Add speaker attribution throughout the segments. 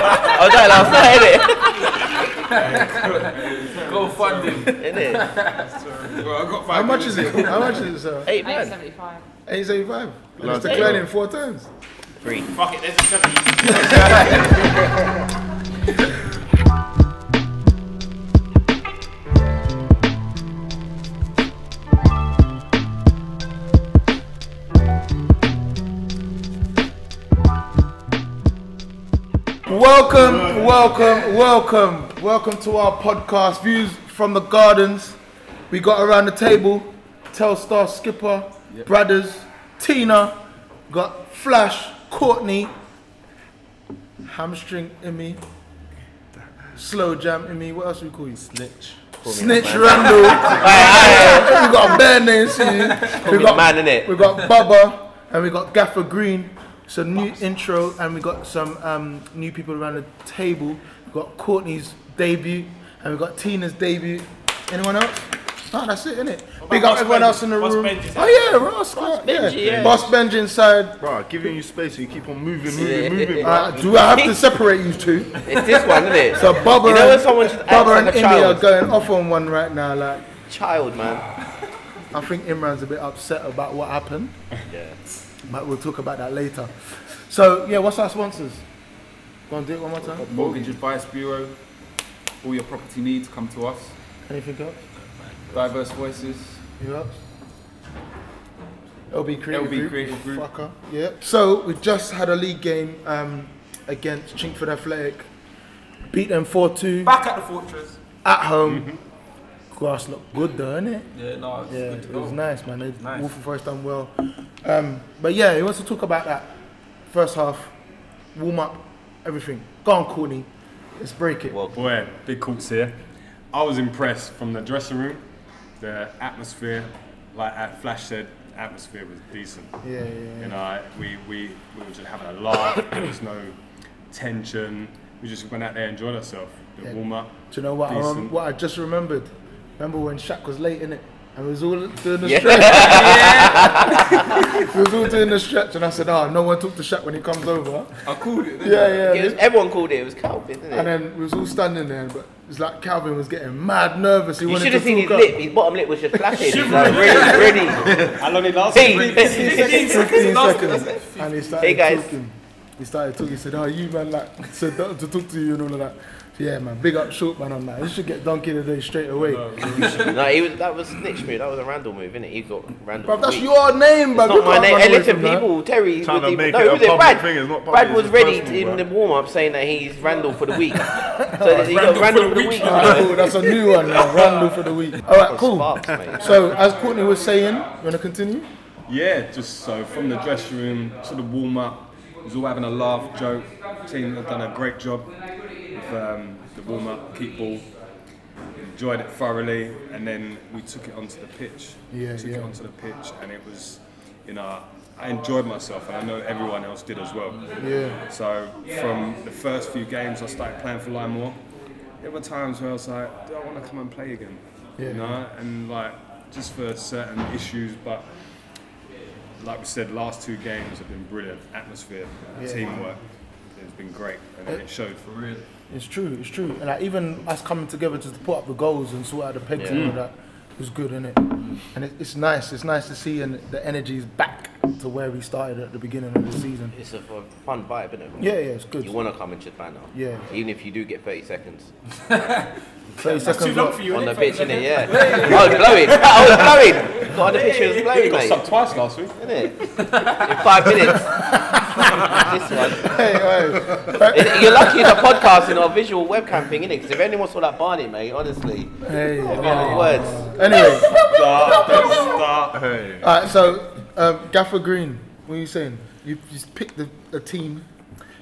Speaker 1: right outside it.
Speaker 2: Go fund him.
Speaker 1: Isn't it?
Speaker 2: Well, I got
Speaker 3: How
Speaker 2: five
Speaker 3: much is
Speaker 2: minutes.
Speaker 3: it? How much is uh, it, sir?
Speaker 1: Eight
Speaker 4: I was
Speaker 1: man.
Speaker 4: 75.
Speaker 3: And he's 85. And it's
Speaker 1: Last
Speaker 3: declining
Speaker 1: eight.
Speaker 3: four times.
Speaker 1: Three.
Speaker 5: Fuck it, let's just
Speaker 3: Welcome, welcome, welcome, welcome to our podcast, Views from the Gardens. We got around the table Telstar Skipper, Brothers, Tina, got Flash, Courtney, Hamstring Emmy, Slow Jam Emmy, what else we call you? Snitch. Snitch Randall. we got bare names here. We
Speaker 1: me the man, innit?
Speaker 3: We got Bubba and we got Gaffer Green. Some new intro and we got some um, new people around the table. We got Courtney's debut and we got Tina's debut. Anyone else? Oh, that's it, innit? Big up
Speaker 5: Boss
Speaker 3: everyone
Speaker 5: Benji?
Speaker 3: else in the
Speaker 5: Boss
Speaker 3: room.
Speaker 5: Benji's
Speaker 3: Oh yeah, Ross. Boss Benji, yeah. Boss Benji inside.
Speaker 6: Bro, giving you space so you keep on moving,
Speaker 1: Yeah.
Speaker 6: moving, moving. bro.
Speaker 3: Uh, do I have to separate you two?
Speaker 1: It's this one, isn't it?
Speaker 3: So Bubba
Speaker 1: You know when
Speaker 3: and,
Speaker 1: someone just acts
Speaker 3: Bubba
Speaker 1: like
Speaker 3: and
Speaker 1: a
Speaker 3: India are
Speaker 1: child?
Speaker 3: going off on one right now. Like
Speaker 1: Child, man.
Speaker 3: I think Imran's a bit upset about what happened.
Speaker 1: Yeah.
Speaker 3: But we'll talk about that later. So yeah, what's our sponsors? Go and do it one more time.
Speaker 2: Mortgage Advice Bureau. All your property needs come to us.
Speaker 3: Anything else?
Speaker 2: Diverse Voices.
Speaker 3: Who else? LB Creative
Speaker 2: LB
Speaker 3: Group.
Speaker 2: Creative Group.
Speaker 3: Fucker. Yeah. So we just had a league game um, against Chingford Athletic. Beat them 4-2
Speaker 5: back at the fortress.
Speaker 3: at home. Grass looked good though, innit?
Speaker 2: Yeah, no, it's
Speaker 3: Yeah,
Speaker 2: good to
Speaker 3: it
Speaker 2: go.
Speaker 3: was nice, man. They,
Speaker 2: Nice.
Speaker 3: Wolf Forest done well. Um, but yeah, he wants to talk about that first half, warm up, everything. Go on, Courtney. Let's break it.
Speaker 1: Well,
Speaker 7: Boy, big courts here. I was impressed from the dressing room, the atmosphere. Like at Flash said, atmosphere was decent.
Speaker 3: yeah, yeah,
Speaker 7: You know, we, we, we were just having a laugh. there was no tension. We just went out there and enjoyed ourselves. The
Speaker 3: Yeah.
Speaker 7: warm up.
Speaker 3: Do you know what? um, I,
Speaker 7: Decent.
Speaker 3: rem- what I just remembered. Remember when Shaq was late in it, and we was all doing the
Speaker 1: Yeah.
Speaker 3: stretch. we was all doing the stretch, and I said, "Ah, no one talk to Shaq when he comes over."
Speaker 2: I called it. didn't I?
Speaker 3: Yeah,
Speaker 1: it was,
Speaker 3: yeah.
Speaker 1: everyone called it. It was Calvin, isn't
Speaker 3: And
Speaker 1: it?
Speaker 3: then we was all standing there, but it's like Calvin was getting mad nervous. He
Speaker 1: You
Speaker 3: wanted
Speaker 1: should
Speaker 3: to
Speaker 1: have seen his
Speaker 3: talk up.
Speaker 1: lip. His bottom lip was just flashing. He's like, ready, ready.
Speaker 7: How long it lasted?
Speaker 1: Hey,
Speaker 3: 15 seconds. And he started
Speaker 1: Hey, guys.
Speaker 3: talking. He started talking. He said, Oh, you man, like, said that to talk to you and all of that. So, yeah, man, big up short man on that. You should get donkey today straight away.
Speaker 1: no, he was, that was snitch move. That was a Randall move, innit? He got Randall.
Speaker 3: Bruv, that's
Speaker 1: weak.
Speaker 3: your name,
Speaker 1: It's
Speaker 3: bruv. You
Speaker 1: not my
Speaker 3: can't
Speaker 1: name.
Speaker 3: run
Speaker 1: Hey,
Speaker 3: away
Speaker 1: listen,
Speaker 3: from that.
Speaker 1: people. Terry
Speaker 6: Trying
Speaker 1: was
Speaker 6: to
Speaker 1: even-
Speaker 6: make
Speaker 1: no,
Speaker 6: it a
Speaker 1: who was it?
Speaker 6: public
Speaker 1: Brad.
Speaker 6: thing, it's not public,
Speaker 1: Brad
Speaker 6: it's
Speaker 1: was
Speaker 6: just
Speaker 1: ready
Speaker 6: personal,
Speaker 1: in
Speaker 6: bruv.
Speaker 1: the warm-up saying that he's Randall for the week. so that he got Randall for the week. Oh,
Speaker 3: Alright, cool. That's a new one now. Randall for the week. All right, cool.
Speaker 1: Sparks, mate.
Speaker 3: So, as Courtney was saying, you want to continue?
Speaker 7: Yeah, just so from the dressing room to the warm up, it was all having a laugh, joke. Team have done a great job with um, the warm up, keep ball. Enjoyed it thoroughly, and then we took it onto the pitch.
Speaker 3: Yeah,
Speaker 7: took
Speaker 3: yeah.
Speaker 7: it onto the pitch, and it was, you know, I enjoyed myself, and I know everyone else did as well.
Speaker 3: Yeah.
Speaker 7: So from the first few games, I started playing for Lymore. There were times where I was like, do I want to come and play again?
Speaker 3: Yeah.
Speaker 7: You know, and like just for certain issues, but like we said, last two games have been brilliant. Atmosphere,
Speaker 3: Yeah. Uh,
Speaker 7: teamwork, it's been great, and it showed for real.
Speaker 3: It's true, it's true. And like, even us coming together to put up the goals and sort out the pegs and all that was good, innit? And it, it's nice, it's nice to see and the energy is back to where we started at the beginning of the season.
Speaker 1: It's a fu- fun vibe, isn't it?
Speaker 3: Yeah, yeah, it's good.
Speaker 1: You want to come and just banter.
Speaker 3: Yeah.
Speaker 1: Even if you do get 30 seconds
Speaker 3: 30
Speaker 5: Too
Speaker 3: seconds
Speaker 5: long
Speaker 3: up.
Speaker 5: for you.
Speaker 1: on the
Speaker 5: innit?
Speaker 1: pitch, innit? Yeah. Oh, I was blowing. I was blowing. God, the pitch was blowing,
Speaker 7: Got
Speaker 1: mate.
Speaker 7: subbed twice last week.
Speaker 1: Innit? In five minutes. this one.
Speaker 3: Hey, hey.
Speaker 1: It- You're lucky it's a podcast and not a visual webcam thing, innit? Because if anyone saw that Barney, mate, honestly,
Speaker 3: Hey.
Speaker 1: oh. words.
Speaker 3: Anyway,
Speaker 7: Start, start.
Speaker 6: Hey.
Speaker 3: all right, so um, Gaffer Green, what are you saying? You just picked the, a team.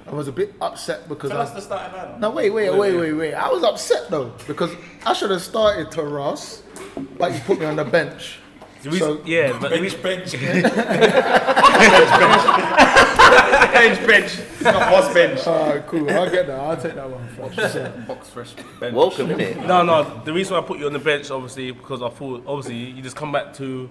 Speaker 3: I was a bit upset because
Speaker 5: Tell
Speaker 3: I
Speaker 5: us the starting lineup.
Speaker 3: No, wait, wait, wait, wait, wait. I was upset though because I should have started Taras, but you put me on the bench. So
Speaker 5: yeah, but bench, bench.
Speaker 7: Bench, bench. Not boss bench.
Speaker 3: uh, cool, I'll get that. I'll take that one. Flash. So,
Speaker 2: Box fresh bench.
Speaker 1: Welcome, innit?
Speaker 5: No, no. The reason why I put you on the bench, obviously, because I thought, obviously, you just come back to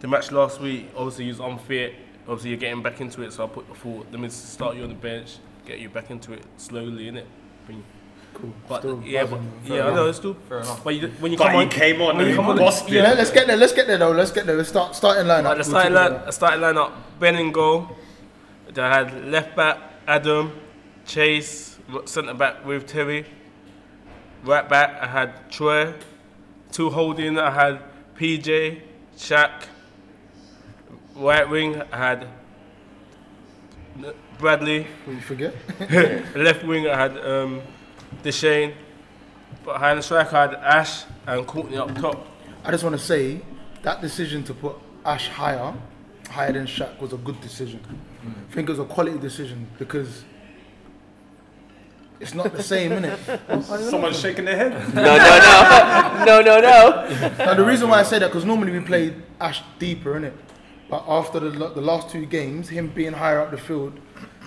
Speaker 5: the match last week. Obviously, you was unfit. Obviously, you're getting back into it. So I put, I thought, let me start you on the bench, get you back into it slowly, innit? opinion. Cool. But yeah, but, yeah, I know it's still fair enough. But you, when you come
Speaker 7: But
Speaker 5: on,
Speaker 7: he came
Speaker 5: when
Speaker 7: on and
Speaker 5: you
Speaker 7: he
Speaker 5: come on,
Speaker 7: lost
Speaker 3: Yeah,
Speaker 7: it.
Speaker 3: let's get there. Let's get there though. Let's get there. Let's start starting lineup.
Speaker 5: Like the
Speaker 3: We'll
Speaker 5: starting
Speaker 3: talk about
Speaker 5: line, starting lineup: Ben and goal. They had left back Adam, Chase, centre back with Terry. Right back, I had Troy. Two holding, I had PJ, Shaq. Right wing, I had Bradley.
Speaker 3: that. Will you forget?
Speaker 5: Left wing, I had um, Deshane. Behind the striker, I had Ash and Courtney up top.
Speaker 3: I just want to say that decision to put Ash higher, higher than Shaq, was a good decision. I think it was a quality decision because it's not the same, innit?
Speaker 7: Someone's shaking their head.
Speaker 1: No, no, no, no, no, no.
Speaker 3: Now the reason why I say that because normally we played Ash deeper, innit? But after the, lo- the last two games, him being higher up the field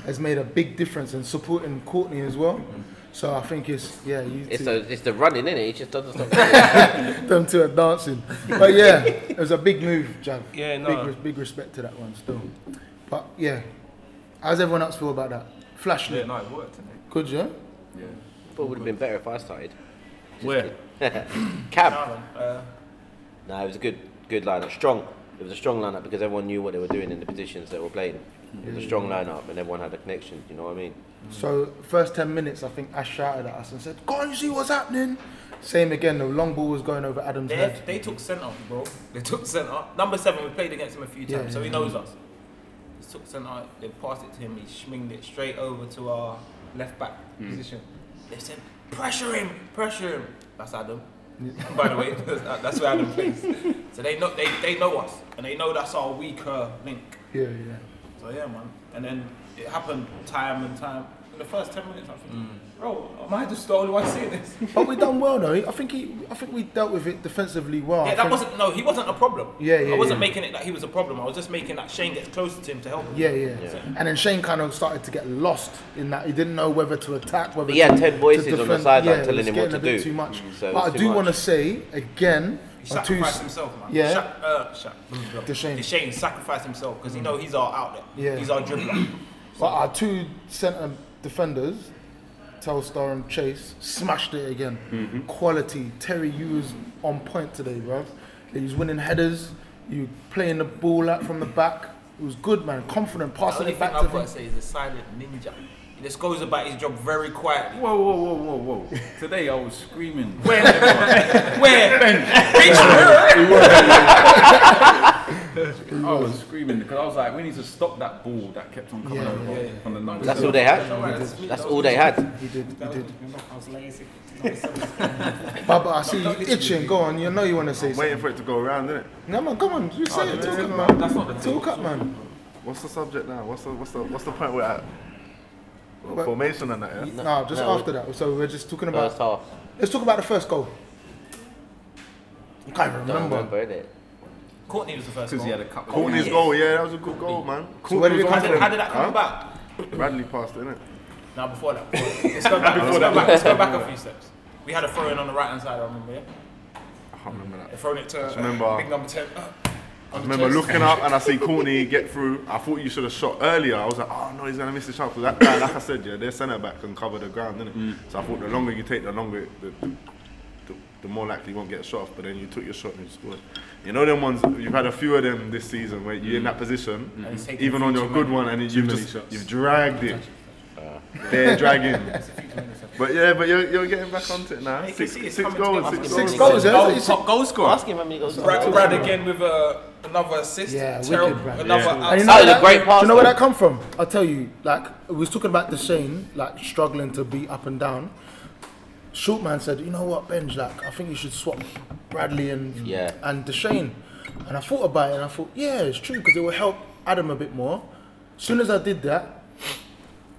Speaker 3: has made a big difference and supporting Courtney as well. So I think it's yeah, you
Speaker 1: It's
Speaker 3: two,
Speaker 1: the it's the running, isn't it? It just doesn't stop.
Speaker 3: them two are dancing. But yeah, it was a big move, Jav.
Speaker 5: Yeah, no.
Speaker 3: big, res- big respect to that one still. But yeah, how's everyone else feel about that? Flash,
Speaker 2: Yeah,
Speaker 3: yeah.
Speaker 2: no, it worked, didn't it? Mm.
Speaker 3: good, yeah.
Speaker 1: but would have been better if I started.
Speaker 5: Where?
Speaker 1: Cab.
Speaker 2: uh,
Speaker 1: No, it was a good good lineup. Strong. It was a strong lineup because everyone knew what they were doing in the positions they were playing. It was a strong
Speaker 6: Mm.
Speaker 1: lineup and everyone had a connection. You know what I mean?
Speaker 3: So first ten minutes, I think Ash shouted at us and said, "Go on, you see what's happening." Same again, the long ball was going over Adam's
Speaker 4: They,
Speaker 3: head.
Speaker 4: they took centre, bro. They took centre. Number seven, we played against him a few times,
Speaker 3: Yeah,
Speaker 4: so he
Speaker 3: yeah.
Speaker 4: knows us. They took centre, they passed it to him, he schminged it straight over to our left back position. They said, pressure him, pressure him. That's Adam. By the way, that- that's where Adam plays. So they know, they, they know us, and they know that's our weaker link.
Speaker 3: Yeah, yeah.
Speaker 4: So yeah, man. And then it happened time and time. In the first 10 minutes, I think, bro, am I just the only one seeing this?
Speaker 3: But we done well though. I think he, I think we dealt with it defensively well. I
Speaker 4: Yeah, that
Speaker 3: think-
Speaker 4: wasn't no. He wasn't a problem.
Speaker 3: Yeah, yeah,
Speaker 4: I wasn't
Speaker 3: yeah.
Speaker 4: making it that he was a problem. I was just making that Shane gets closer to him to help him.
Speaker 3: Yeah, yeah, And then Shane kind of started to get lost in that he didn't know whether to attack, whether
Speaker 1: But he had
Speaker 3: to-
Speaker 1: 10
Speaker 3: to
Speaker 1: voices on the
Speaker 3: defend.
Speaker 1: sideline
Speaker 3: it
Speaker 1: telling
Speaker 3: was
Speaker 1: him what
Speaker 3: getting
Speaker 1: to
Speaker 3: a bit
Speaker 1: do.
Speaker 3: Too much.
Speaker 1: Mm, so it
Speaker 3: but
Speaker 1: was
Speaker 3: I
Speaker 1: too
Speaker 3: do want to
Speaker 1: much.
Speaker 3: say again,
Speaker 4: He
Speaker 3: on two,
Speaker 4: sacrificed himself, man.
Speaker 3: Yeah. Mm,
Speaker 4: Sha- uh, Sha-
Speaker 3: Deshane.
Speaker 4: Deshane sacrificed himself because he know he's our outlet.
Speaker 3: Mm. Yeah.
Speaker 4: He's our dribbler.
Speaker 3: but our two centre defenders, Telstar and Chase, smashed it again.
Speaker 1: Mm-hmm.
Speaker 3: Quality. Terry, you was on point today, bro. You was winning headers. You playing the ball out from the back. It was good, man. Confident,
Speaker 4: the
Speaker 3: passing
Speaker 4: only
Speaker 3: it
Speaker 4: thing
Speaker 3: back to
Speaker 4: I've got to
Speaker 3: him.
Speaker 4: say is a silent ninja. He just goes about his job very quietly.
Speaker 2: Whoa, whoa, whoa, whoa, whoa. Today I was screaming.
Speaker 4: Where?
Speaker 2: I was screaming because I was like, we need to stop that ball that kept on coming
Speaker 3: Yeah,
Speaker 2: over
Speaker 3: yeah,
Speaker 2: from the number.
Speaker 1: That's
Speaker 2: seven.
Speaker 1: all they had. That's all they had.
Speaker 3: He did, he did.
Speaker 4: I was lazy.
Speaker 3: Baba, I see you itching. Go on, you know you want to say something.
Speaker 6: Waiting for it to go around, innit? Oh,
Speaker 3: No, man, come on. You say it. Talk up, man.
Speaker 2: That's not the two.
Speaker 3: Talk up, man.
Speaker 6: What's the subject now? What's the what's the what's the point we're at? Well,
Speaker 3: Well-
Speaker 6: formation and that, yeah.
Speaker 3: No, just after that. So we're just talking about.
Speaker 1: First half.
Speaker 3: Let's talk about the first goal. I can't even
Speaker 1: Don't
Speaker 3: remember.
Speaker 1: remember, innit?
Speaker 4: Courtney was the first
Speaker 2: Because
Speaker 4: one.
Speaker 2: he had a couple.
Speaker 6: Courtney's goal, yeah, that was a good goal, man.
Speaker 3: So where did it come
Speaker 4: How did, how
Speaker 3: from?
Speaker 4: did that come
Speaker 6: Huh?
Speaker 4: about?
Speaker 6: Bradley passed it, innit?
Speaker 4: Now before that, let's go back. let's, go back let's go back a few steps. We had a throw in on the right hand side. I remember. Yeah.
Speaker 6: I can't remember that.
Speaker 4: They thrown it to uh,
Speaker 6: remember-
Speaker 4: big number ten. Uh,
Speaker 6: I remember looking up and I see Courtney get through. I thought you should have shot earlier. I was like, oh no, he's gonna miss the shot. 'Cause that guy, like I said, yeah, their centre back can cover the ground, innit?
Speaker 2: Mm.
Speaker 6: So I thought the longer you take, the longer it- the, the, the, the more likely you won't get a shot off. But then you took your shot and you scored. You know them ones. You've had a few of them this season where you're in that position,
Speaker 4: he's taking
Speaker 6: even on your good one, and you've
Speaker 2: Mm. Mm-hmm. many
Speaker 6: just
Speaker 2: shots. Uh,
Speaker 6: you've dragged it. They're dragging. but yeah, but you're, you're getting back onto it now.
Speaker 4: You can
Speaker 6: Six,
Speaker 4: see it's
Speaker 6: six
Speaker 4: coming
Speaker 6: goals,
Speaker 4: together.
Speaker 6: six
Speaker 3: Six
Speaker 6: goals.
Speaker 3: goals, yeah?
Speaker 4: Goal,
Speaker 3: That's what
Speaker 4: top goal scorer.
Speaker 1: Ask him how many goals.
Speaker 4: Brad, Brad again with uh, another assist.
Speaker 3: Yeah,
Speaker 4: Terrell-
Speaker 3: wicked, Brad.
Speaker 4: Another
Speaker 3: And you
Speaker 4: outside.
Speaker 3: know
Speaker 1: That was a
Speaker 3: where that-
Speaker 1: great pass,
Speaker 3: Do you know where
Speaker 1: though.
Speaker 3: that come from? I'll tell you. Like we was talking about the Shane, like struggling to beat up and down. Shortman said, "You know what, Benj? Like I think you should swap Bradley and
Speaker 1: Yeah.
Speaker 3: and Deshane." And I thought about it, and I thought, "Yeah, it's true because it will help Adam a bit more." As soon as I did that,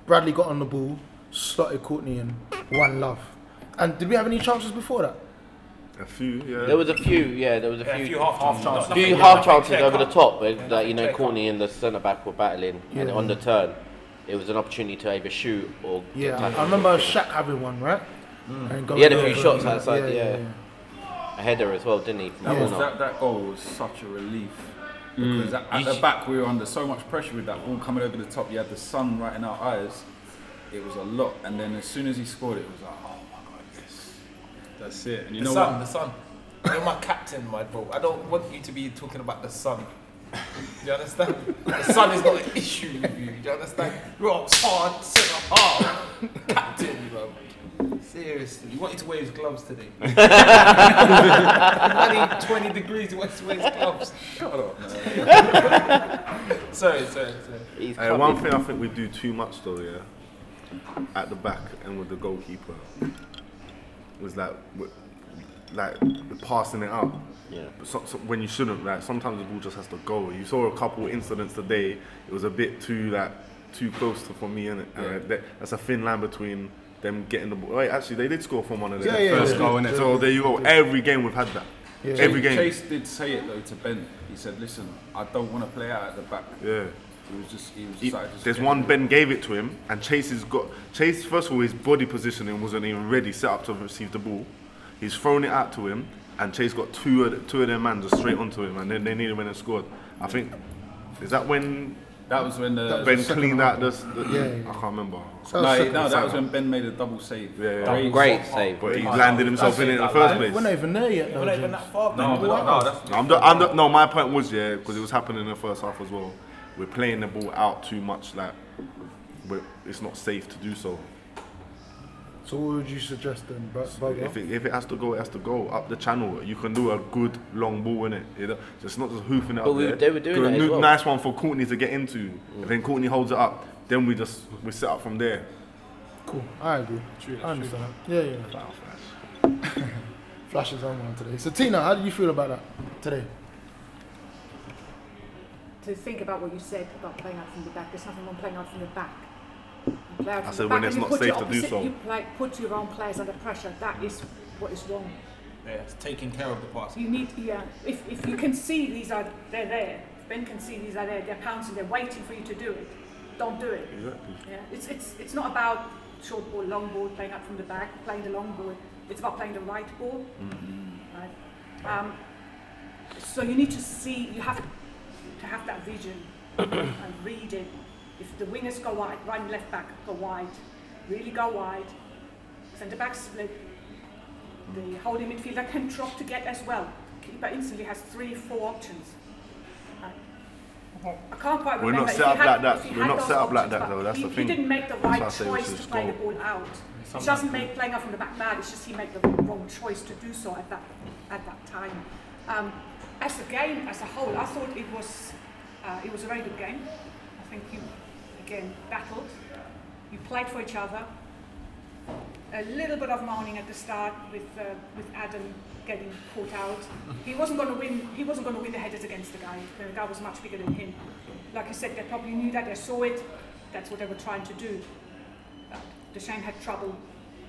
Speaker 3: Bradley got on the ball, slotted Courtney in, one love. And did we have any chances before that?
Speaker 6: A few, yeah.
Speaker 1: There was a few, yeah, there was a
Speaker 4: Yeah,
Speaker 1: few.
Speaker 4: a few half half chances.
Speaker 1: few
Speaker 4: Nothing-
Speaker 1: half
Speaker 4: nothing
Speaker 1: chances
Speaker 4: clear
Speaker 1: over the
Speaker 4: cut.
Speaker 1: top, where, like you know,
Speaker 4: clear cut.
Speaker 1: Courtney and the centre back were battling, and on the turn, it was an opportunity to either shoot or
Speaker 3: Yeah,
Speaker 1: attack.
Speaker 3: I remember Shaq having one, right? And going
Speaker 1: Mm. He had a
Speaker 3: over
Speaker 1: few
Speaker 3: and
Speaker 1: shots
Speaker 3: over.
Speaker 1: outside, yeah. a header as well, didn't he? From
Speaker 2: That,
Speaker 1: the
Speaker 2: was,
Speaker 1: corner?
Speaker 2: that, that goal was such a relief.
Speaker 6: Mm.
Speaker 2: Because at, at the back, we were under so much pressure with that ball coming over the top. You had the sun right in our eyes. it was a lot. And then as soon as he scored, it was like, oh my god, yes.
Speaker 7: That's it. And you
Speaker 4: The
Speaker 7: know
Speaker 4: sun,
Speaker 7: what?
Speaker 4: the sun. You're my captain, my bro. I don't want you to be talking about the sun. Do you understand? The sun is not an issue with you. Do you understand? You're a hard, so hard captain, bro. Seriously, you wanted to wear his gloves today. Bloody 20 degrees, you wanted to wear his gloves. Shut up. sorry, sorry, sorry.
Speaker 1: He's
Speaker 6: Hey, Uh, one thing I think we do too much though, yeah, at the back and with the goalkeeper was like, w- like passing it up.
Speaker 1: Yeah.
Speaker 6: But so, so- when you shouldn't, like sometimes the ball just has to go. You saw a couple incidents today. It was a bit too like too close to for me, and uh, that, that's a thin line between them getting the ball. Wait, actually, they did score from one of them.
Speaker 3: Yeah, yeah,
Speaker 7: First yeah. goal, innit?
Speaker 6: So there you go. Every game we've had that. Every game.
Speaker 2: Chase did say it though to Ben. He said, listen, I don't want to play out at the back.
Speaker 6: Yeah.
Speaker 2: He was just, he was
Speaker 6: He-
Speaker 2: just like, just
Speaker 6: there's
Speaker 2: get-
Speaker 6: one Ben gave it to him, and Chase has got Chase. First of all, his body positioning wasn't even ready, set up to receive the ball. He's thrown it out to him, and Chase got two of the, two of their man just straight onto him, and then they needed him and scored. I think is that when
Speaker 2: That was when the.
Speaker 6: Ben cleaned out this. The,
Speaker 3: Yeah,
Speaker 6: I can't remember.
Speaker 3: That was
Speaker 2: no,
Speaker 3: second-
Speaker 2: he- no, that was when Ben made a double save.
Speaker 6: Yeah, yeah.
Speaker 2: Great.
Speaker 1: Great save.
Speaker 6: But he landed himself in it in the first
Speaker 3: We're
Speaker 6: place.
Speaker 3: not even there yet, though.
Speaker 4: We're not even
Speaker 3: James.
Speaker 4: that far,
Speaker 2: No,
Speaker 4: man.
Speaker 2: but no, that's
Speaker 6: No, I'm not- I'm not- no, my point was yeah, because it was happening in the first half as well. We're playing the ball out too much, like we're, it's not safe to do so.
Speaker 3: So what would you suggest then, Bra- Bugger?
Speaker 6: If it, if it has to go, it has to go up the channel. You can do a good long ball in it. It's not just hoofing it
Speaker 1: But
Speaker 6: up
Speaker 1: we-
Speaker 6: there.
Speaker 1: they were doing
Speaker 6: Do a
Speaker 1: that as
Speaker 6: new-
Speaker 1: well.
Speaker 6: nice one for Courtney to get into. And then Courtney holds it up. Then we just we set up from there.
Speaker 3: Cool, I agree. I understand. Yeah, yeah. Flash is on one today. So Tina, how do you feel about that today?
Speaker 8: to think about what you said about playing out from the back. There's nothing wrong playing out from the back. You play out from the
Speaker 6: said
Speaker 8: back and
Speaker 6: when it's
Speaker 8: you
Speaker 6: not
Speaker 8: put your
Speaker 6: safe to do
Speaker 8: opposite-
Speaker 6: so.
Speaker 8: You like put your own players under pressure. That is what is wrong.
Speaker 4: Yeah, it's taking care of the pass.
Speaker 8: You need yeah. If if you can see these are they're there. Ben can see these are there. They're pouncing. They're waiting for you to do it. Don't do it.
Speaker 6: Exactly.
Speaker 8: Yeah. It's it's it's not about short ball, long ball, playing up from the back, playing the long ball. It's about playing the right ball. Right. Um, so you need to see. You have to have that vision and read it. If the wingers go wide, right and left back go wide, really go wide. Centre back split. The holding midfielder can drop to get as well. Keeper instantly has three, four options. Right. I can't quite
Speaker 6: We're
Speaker 8: remember
Speaker 6: not
Speaker 8: if
Speaker 6: set
Speaker 8: he
Speaker 6: up
Speaker 8: had-
Speaker 6: like that.
Speaker 8: if he
Speaker 6: We're
Speaker 8: had
Speaker 6: not
Speaker 8: those
Speaker 6: set up like
Speaker 8: options,
Speaker 6: that,
Speaker 8: but
Speaker 6: though. That's
Speaker 8: he,
Speaker 6: the thing.
Speaker 8: He didn't make the
Speaker 6: why I
Speaker 8: right
Speaker 6: say we
Speaker 8: choice
Speaker 6: should
Speaker 8: to play the
Speaker 6: score.
Speaker 8: ball out. It doesn't make playing up from the back mad. It's just he made the wrong choice to do so at that at that time. Um, as a game as a whole, I thought it was uh, it was a very good game. I think you again battled. You played for each other. A little bit of moaning at the start with uh, with Adam getting caught out. He wasn't going to win. He wasn't going to win the headers against the guy. The guy was much bigger than him. Like I said, they probably knew that. They saw it. That's what they were trying to do. Deshane had trouble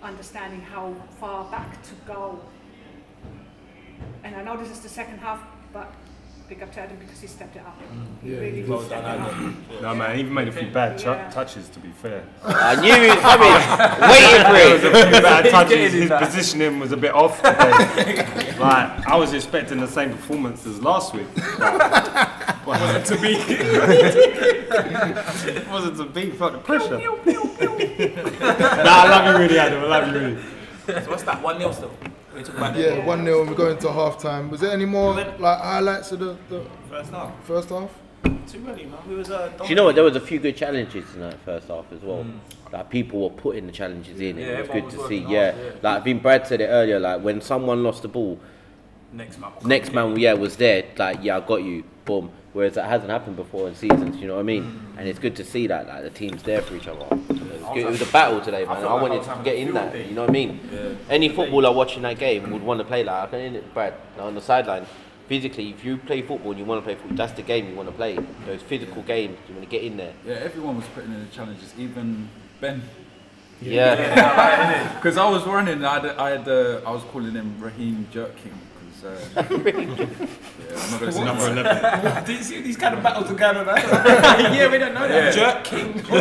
Speaker 8: understanding how far back to go. And I know this is the second half, but big up to Adam because he stepped it up.
Speaker 7: Mm,
Speaker 8: He really did step it up.
Speaker 7: No man, he even made a few bad ch-
Speaker 8: Yeah.
Speaker 7: touches. To be fair,
Speaker 1: I knew he was coming. Waiting for it.
Speaker 7: bad touches. His positioning was a bit off today. like I was expecting the same performance as last week. But wasn't to be. wasn't to be. Fuck the pressure. nah, I love you really, Adam. I love you really.
Speaker 4: So what's that? 1 0 still? We talk about
Speaker 3: Yeah, one 0 and we go into half time. Was there any more
Speaker 4: Well,
Speaker 3: like highlights of the, the
Speaker 4: First half.
Speaker 3: first half?
Speaker 4: Too early, man. We was, uh,
Speaker 1: Do you know what? There was a few good challenges tonight, first half as well. Like people were putting the challenges in. It
Speaker 4: Yeah,
Speaker 1: was
Speaker 4: everyone
Speaker 1: good
Speaker 4: was
Speaker 1: to see.
Speaker 4: working
Speaker 1: yeah.
Speaker 4: hard, yeah.
Speaker 1: like I think Brad said it earlier. Like when someone lost the ball,
Speaker 4: Next month.
Speaker 1: next man, yeah, was there. Like yeah, I got you. Boom. Whereas that hasn't happened before in seasons. You know what I mean? And it's good to see that. Like the team's there for each other. It was, good. It was a battle today, man. I,
Speaker 2: felt like I
Speaker 1: wanted
Speaker 2: was
Speaker 1: to
Speaker 2: having
Speaker 1: get
Speaker 2: a
Speaker 1: in
Speaker 2: field
Speaker 1: that.
Speaker 2: day.
Speaker 1: You know what I mean? Any footballer watching that game would want to play like I can. it, Brad, like, on the sideline. Physically, if you play football and you want to play football, that's the game you want to play. Those physical games, you want to get in there.
Speaker 2: Yeah, everyone was putting in the challenges, even Ben.
Speaker 1: Yeah.
Speaker 2: Because I was running, I had, I had, uh, I was calling him Raheem Jerking. Because uh, yeah, I'm not going to say number eleven.
Speaker 4: These, these kind of battles are going on. yeah, we don't know that. Jerk King.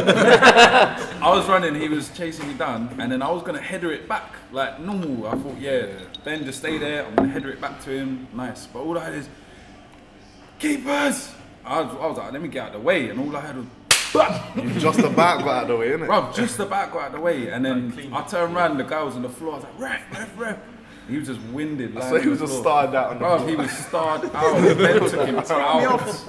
Speaker 2: I was running, he was chasing me down, and then I was going to header it back like normal. I thought, yeah, Ben just stay there. I'm going to header it back to him. Nice. But all I had is keepers. I was, I was like, let me get out of the way, and all I had was
Speaker 6: Just about got out of the way, innit?
Speaker 2: Bruv, just about got out of the way, and then I turned round, the guy was on the floor. I was like, ref, ref, ref. He was just winded. lying
Speaker 6: So
Speaker 2: on
Speaker 6: he
Speaker 2: the
Speaker 6: was just
Speaker 2: floor.
Speaker 6: started out on the
Speaker 2: Bruv,
Speaker 6: floor.
Speaker 2: he was starred out. The men took him two hours.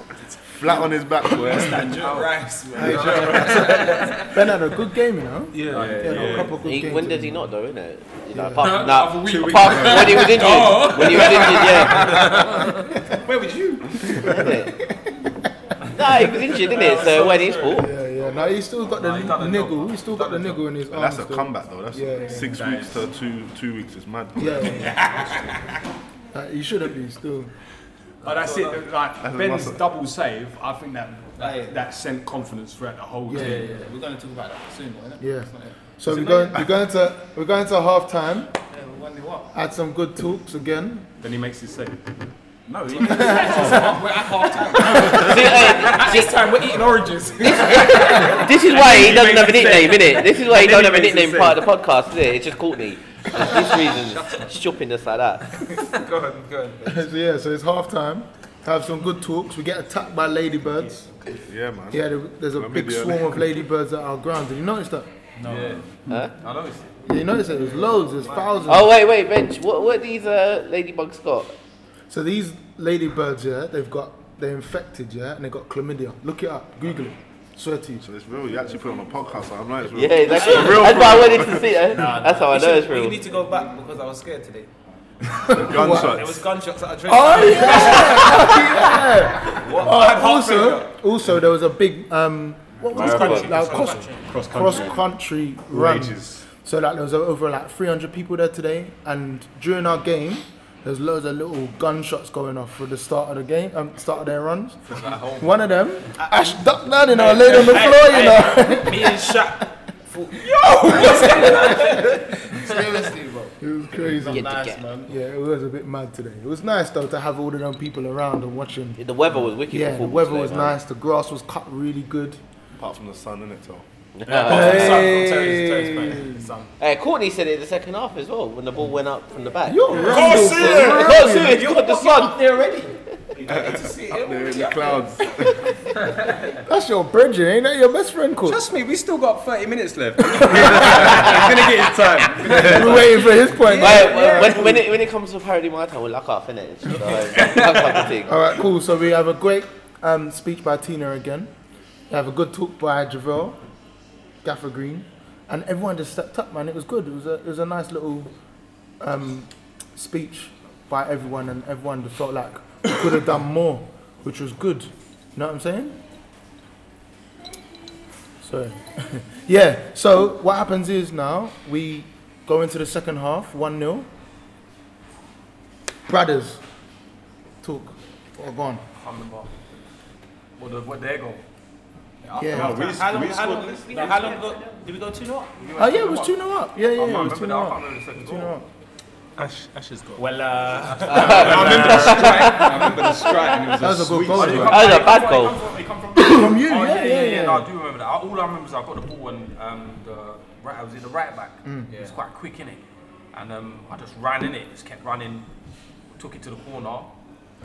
Speaker 6: flat on his back, boy.
Speaker 4: Rice, man.
Speaker 3: Ben had a good game, you know. Yeah,
Speaker 2: Yeah,
Speaker 3: had a
Speaker 2: yeah.
Speaker 3: proper good
Speaker 1: He,
Speaker 3: game.
Speaker 1: when
Speaker 3: to
Speaker 1: does he
Speaker 3: me.
Speaker 1: not though, innit? You know,
Speaker 2: No,
Speaker 1: apart,
Speaker 2: of a
Speaker 1: nah,
Speaker 2: week ago.
Speaker 1: apart from when he was injured. When he was injured, yeah. Where was you? nah, he was injured, didn't it? So when he's fault.
Speaker 3: Yeah, yeah. No, he's still got the niggle. He's still got the niggle in his arm.
Speaker 6: That's a
Speaker 3: still.
Speaker 6: comeback though. That's
Speaker 3: Yeah, yeah.
Speaker 6: six weeks to two two weeks. It's mad.
Speaker 3: Yeah. yeah. Uh, he should have been still.
Speaker 9: But that's it. Like
Speaker 6: That's a
Speaker 9: Ben's
Speaker 6: muscle.
Speaker 9: double save, I think that that,
Speaker 4: Aye.
Speaker 9: that sent confidence throughout the whole
Speaker 3: Yeah,
Speaker 9: team.
Speaker 3: yeah,
Speaker 4: We're going to talk about that soon, though, innit?
Speaker 3: Yeah.
Speaker 4: It's not it.
Speaker 3: So we're going, we're going to we're going to half time.
Speaker 4: Yeah, we're one nil up.
Speaker 3: Had some good talks again.
Speaker 9: Then he makes his save.
Speaker 2: No, he
Speaker 4: We're at half time.
Speaker 1: See, hey,
Speaker 4: At this time, we're eating oranges.
Speaker 1: this is why he doesn't
Speaker 9: makes
Speaker 1: have a
Speaker 9: it
Speaker 1: nickname, innit? This is why he
Speaker 9: And then
Speaker 1: don't have a
Speaker 9: he makes it
Speaker 1: nickname part of the podcast, innit? It's just Courtney. It's this reason, shopping us like that.
Speaker 4: go on, go on.
Speaker 3: so yeah, so it's half time. Have some good talks. We get attacked by ladybirds.
Speaker 6: Yeah, man.
Speaker 3: Yeah, there- there's a
Speaker 6: Let me
Speaker 3: big
Speaker 6: be a
Speaker 3: swarm of ladybirds at our ground. Did you notice that?
Speaker 2: I know. it's-
Speaker 3: Yeah, you notice that there's loads, there's thousands.
Speaker 1: Oh wait, wait, Bench. What what these uh, ladybugs got?
Speaker 3: So these ladybirds, yeah, they've got they're infected, yeah, and they got chlamydia. Look it up, Google it. Swear to you.
Speaker 6: So it's real. You actually put it on a podcast. So I'm not. It's real.
Speaker 1: Yeah, exactly.
Speaker 6: It's a real
Speaker 1: That's what I
Speaker 6: problem.
Speaker 1: wanted to see. eh? That's how I know it's
Speaker 4: You
Speaker 1: real.
Speaker 4: need to go back because I was scared today. There was
Speaker 6: Gunshots.
Speaker 4: gunshots at a drink.
Speaker 3: Oh yeah! yeah. also, also there was a big um, what was it called? Like, cross, cross country, run.
Speaker 6: Rages.
Speaker 3: So like there was over like 300 people there today, and during our game, there's loads of little gunshots going off for the start of the game, um, start of their runs. One of them,
Speaker 4: Uh,
Speaker 3: Ash ducked down and I laid on the floor, you know.
Speaker 4: Me and Shaq. thought, Yo! Seriously, bro.
Speaker 3: It was crazy.
Speaker 1: Get the get.
Speaker 3: Yeah, it was a bit mad today. It was nice though to have all of them people around and watching.
Speaker 1: The weather was wicked.
Speaker 3: Yeah, the
Speaker 1: before
Speaker 3: weather
Speaker 1: today,
Speaker 3: was
Speaker 1: man.
Speaker 3: nice. The grass was cut really good.
Speaker 6: Apart from the sun, innit? So
Speaker 4: Sorry, Terry's, Terry's playing. Son.
Speaker 1: Hey, Courtney said it in the second half as well when the ball went up from the back.
Speaker 3: You're
Speaker 1: Oh, see it! Oh, see it! You got the sun.
Speaker 4: They're already. You don't need to see
Speaker 6: up there in
Speaker 4: it.
Speaker 6: the clouds.
Speaker 3: That's your bridging, ain't that your best friend, Court?
Speaker 7: Trust me, we still got 30 minutes left. He's gonna get his time.
Speaker 3: We're waiting for his point.
Speaker 1: Right, when, when, it, when it comes to parody my time, we'll luck off, innit? It's just like, that type of thing.
Speaker 3: All right, cool. So we have a great um, speech by Tina again. We have a good talk by Javelle, Gaffer Green, and everyone just stepped up, man. It was good. It was a it was a nice little um, speech by everyone, and everyone just felt like we could have done more, which was good. You know what I'm saying? So, yeah. So what happens is now we go into the second half, one 0 Brothers, talk. Or gone.
Speaker 4: What, the, what their goal?
Speaker 3: Yeah.
Speaker 4: How long- how long- how long-
Speaker 8: We
Speaker 4: no,
Speaker 8: had
Speaker 4: how
Speaker 8: to
Speaker 4: long
Speaker 8: get
Speaker 4: ago- Did we go 2 0?
Speaker 3: Oh yeah, it was two 0 up. Yeah, yeah, yeah,
Speaker 2: I
Speaker 3: it was two
Speaker 2: Oh, remember that.
Speaker 3: 0
Speaker 2: I can't
Speaker 3: up.
Speaker 2: remember the second
Speaker 3: Two 0
Speaker 2: goal.
Speaker 3: up.
Speaker 5: Ash, Ash is gone.
Speaker 4: Well, uh.
Speaker 7: I remember the strike and it was
Speaker 3: That was a good goal. bro.
Speaker 1: That was a bad goal.
Speaker 2: It come from- it come from-
Speaker 3: From you,
Speaker 2: Oh,
Speaker 3: yeah, yeah, yeah.
Speaker 2: No, I do remember that. I- All I remember is I got the ball and um, the right, I was in the right back. It was quite quick in it, and um, I just ran in it, just kept running, took it to the corner.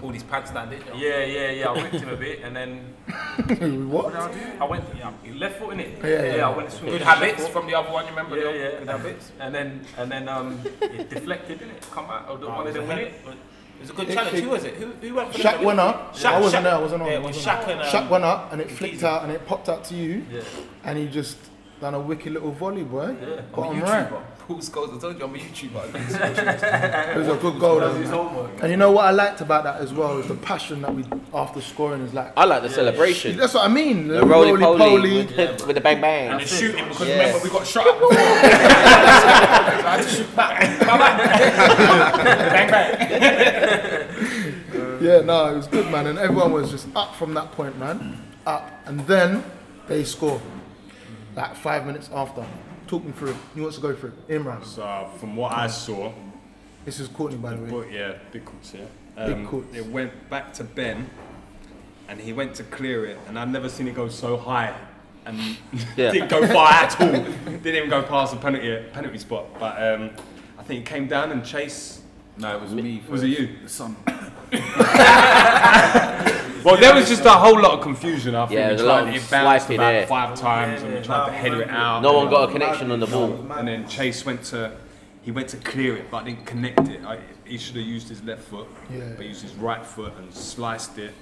Speaker 4: All these pants down, didn't you?
Speaker 2: Yeah, yeah, yeah. I whipped him a bit, and then what
Speaker 3: What?
Speaker 2: did I do? I went yeah, left foot in it.
Speaker 3: Yeah, yeah, yeah.
Speaker 2: I went swimming.
Speaker 4: Good habits from the other one, you remember?
Speaker 2: Yeah,
Speaker 4: the-
Speaker 2: yeah.
Speaker 4: Good habits.
Speaker 2: And then and then um, it deflected in it. Come out. Oh, the one of them win it.
Speaker 4: It was a good challenge. Who was it? Who, who went for
Speaker 3: Shaq
Speaker 4: the
Speaker 3: went up.
Speaker 4: Shaq-
Speaker 3: I wasn't
Speaker 4: Shaq-
Speaker 3: there. I wasn't on.
Speaker 4: Yeah,
Speaker 3: I
Speaker 4: it was
Speaker 3: wasn't
Speaker 4: Shaq
Speaker 3: on.
Speaker 4: and, um,
Speaker 3: Shaq went up and it flicked
Speaker 4: Geezer.
Speaker 3: out and it popped out to you. And he just done a wicked little volley, boy. Bottom right.
Speaker 4: Paul Scholes, I told you I'm a YouTuber.
Speaker 3: It was a good goal. though. And you know what I liked about that as well is the passion that we after scoring is like.
Speaker 1: I like the celebration.
Speaker 3: That's what I mean.
Speaker 1: The roly poly with, the- with the bang
Speaker 4: and
Speaker 1: bang.
Speaker 4: the shooting because
Speaker 1: Yeah.
Speaker 4: remember we got shot up. So I had to shoot back. Bang, bang. bang, bang.
Speaker 3: Yeah, no, it was good, man. And everyone was just up from that point, man. Up. And then they score. Like five minutes after. Talk me through. it. Who wants to go through? it? Imran.
Speaker 7: So, uh, from what I saw,
Speaker 3: This is Courtney, by the way.
Speaker 7: but yeah, big cuts here.
Speaker 3: Big cuts.
Speaker 7: It went back to Ben, and he went to clear it, and I've never seen it go so high, and
Speaker 1: Yeah.
Speaker 7: didn't go far at all. Didn't even go past the penalty penalty spot. But um, I think it came down and Chase.
Speaker 2: No, it was me.
Speaker 7: Was it you?
Speaker 2: The sun.
Speaker 7: Well, there was just a whole lot of confusion. I think
Speaker 1: Yeah,
Speaker 7: we
Speaker 1: there's a lot
Speaker 7: tried
Speaker 1: of
Speaker 7: it bounced
Speaker 1: swiping
Speaker 7: about
Speaker 1: there.
Speaker 7: five times, and we tried to header it out.
Speaker 1: No one got a connection on the ball.
Speaker 7: And then Chase went to, he went to clear it, but didn't connect it. I, he should have used his left foot,
Speaker 3: Yeah.
Speaker 7: but he used his right foot and sliced it.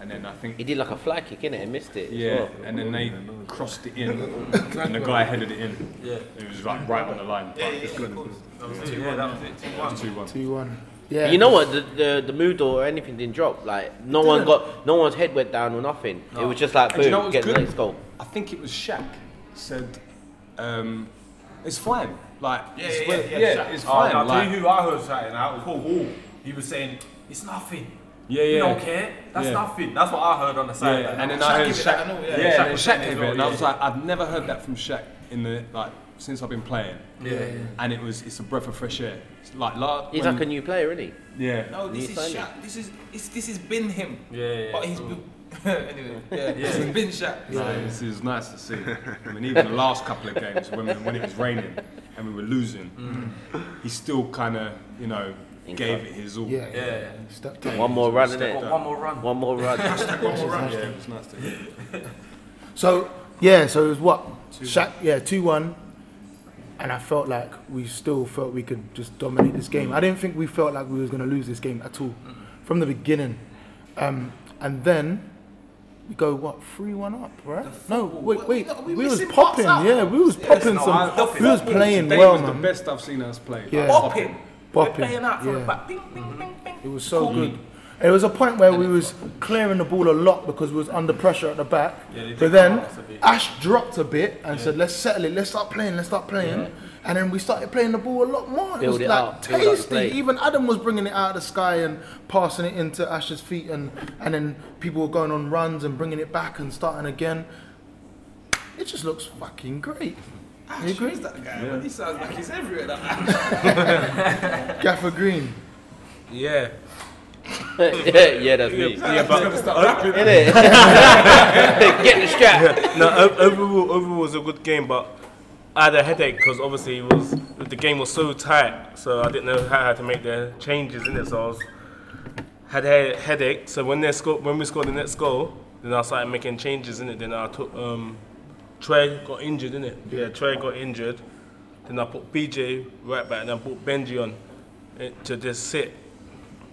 Speaker 7: And then I think,
Speaker 1: He did like a fly kick in it and missed it. as
Speaker 7: yeah,
Speaker 1: well.
Speaker 7: and then they crossed it in, and the guy headed it in.
Speaker 4: Yeah.
Speaker 7: It was like right on the line.
Speaker 4: Yeah, yeah, yeah, of course. That was it. Yeah, that was it. Two, one.
Speaker 7: Two one.
Speaker 3: Two one. Yeah.
Speaker 1: You know what? The, the the mood or anything didn't drop. Like no one got, no one's head went down or nothing. It was just like
Speaker 7: And you know
Speaker 1: boom,
Speaker 7: what's
Speaker 1: get the
Speaker 7: good?
Speaker 1: next goal.
Speaker 7: I think it was Shaq said, um, "It's fine, like
Speaker 4: Yeah,
Speaker 7: it's
Speaker 4: yeah,
Speaker 7: well-
Speaker 4: yeah,
Speaker 7: yeah,
Speaker 4: Shaq. Oh,
Speaker 7: it's fine."
Speaker 10: I'll tell
Speaker 7: like,
Speaker 10: you who I heard shouting out. Paul Wall. He was saying, it's nothing.
Speaker 7: yeah,
Speaker 10: You
Speaker 7: yeah,
Speaker 10: don't care. That's
Speaker 7: Yeah.
Speaker 10: nothing. That's what I heard on the
Speaker 7: yeah.
Speaker 10: side.
Speaker 7: And then I heard
Speaker 10: give it that
Speaker 7: Shaq,
Speaker 10: and all,
Speaker 7: yeah,
Speaker 10: Shaq
Speaker 7: then
Speaker 10: was
Speaker 7: Shaq
Speaker 10: saying as
Speaker 7: gave it,
Speaker 10: well,
Speaker 7: and I was
Speaker 10: yeah.
Speaker 7: like, I've never heard that from Shaq in the like since I've been playing.
Speaker 10: yeah, yeah.
Speaker 7: And it was it's a breath of fresh air. It's like last,
Speaker 1: He's like a new player, isn't he?
Speaker 7: yeah,
Speaker 4: No, this is
Speaker 1: New signing.
Speaker 4: Shaq. This is it's, this has been him.
Speaker 10: Yeah, yeah,
Speaker 4: But he's been anyway. Yeah, this has been Shaq.
Speaker 7: Nah, this is nice to see. I mean, even the last couple of games when, when it was raining and we were losing, he still kind of you know gave it his all.
Speaker 3: Yeah.
Speaker 10: Yeah,
Speaker 3: yeah.
Speaker 10: yeah.
Speaker 3: Stepped up.
Speaker 1: One more run,
Speaker 10: Got
Speaker 1: innit?
Speaker 10: one more run.
Speaker 1: One more run.
Speaker 7: Yeah, it was nice to hear.
Speaker 3: So yeah, so it was what? Shaq, yeah, two one, and I felt like we still felt we could just dominate this game. I didn't think we felt like we was gonna lose this game at all from the beginning, um, and then we go what three one up, right? No, wait, wait,
Speaker 4: look,
Speaker 3: we,
Speaker 4: we
Speaker 3: was
Speaker 4: missing
Speaker 3: popping,
Speaker 4: pots up.
Speaker 3: yeah, we was popping
Speaker 4: no,
Speaker 3: some,
Speaker 4: I-
Speaker 3: we
Speaker 4: the
Speaker 3: was
Speaker 4: football
Speaker 3: playing
Speaker 7: Today
Speaker 3: well,
Speaker 7: was the
Speaker 3: man.
Speaker 7: best I've seen us play.
Speaker 3: Yeah.
Speaker 4: Pop him. We're
Speaker 3: Bopping,
Speaker 4: playing out from
Speaker 3: yeah.
Speaker 4: the back. Ding, ding, ding, ding.
Speaker 3: It was so good. It was a point where we was clearing the ball a lot because we was under pressure at the back. but then Ash dropped a bit and said, "Let's settle it. Let's start playing. Let's start playing." And then we started playing the ball a lot more.
Speaker 1: Build
Speaker 3: it was
Speaker 1: it
Speaker 3: like
Speaker 1: up, build up the
Speaker 3: tasty.
Speaker 1: play.
Speaker 3: Even Adam was bringing it out of the sky and passing it into Ash's feet, and and then people were going on runs and bringing it back and starting again. It just looks fucking great. You agree?
Speaker 4: Who's that guy? man? He sounds like he's everywhere. That man.
Speaker 3: Gaffer Green.
Speaker 5: Yeah.
Speaker 1: yeah, that's me.
Speaker 5: Yeah, but
Speaker 1: Innit? Get the strap.
Speaker 5: no, o- overall, overall was a good game, but I had a headache because obviously it was the game was so tight, so I didn't know how to make the changes in it. So I was had a headache. So when they scored, when we scored the next goal, then I started making changes in it. Then I took um, Trey got injured in it. Yeah, Trey got injured. Then I put BJ right back, and I put Benji on eh, to just sit.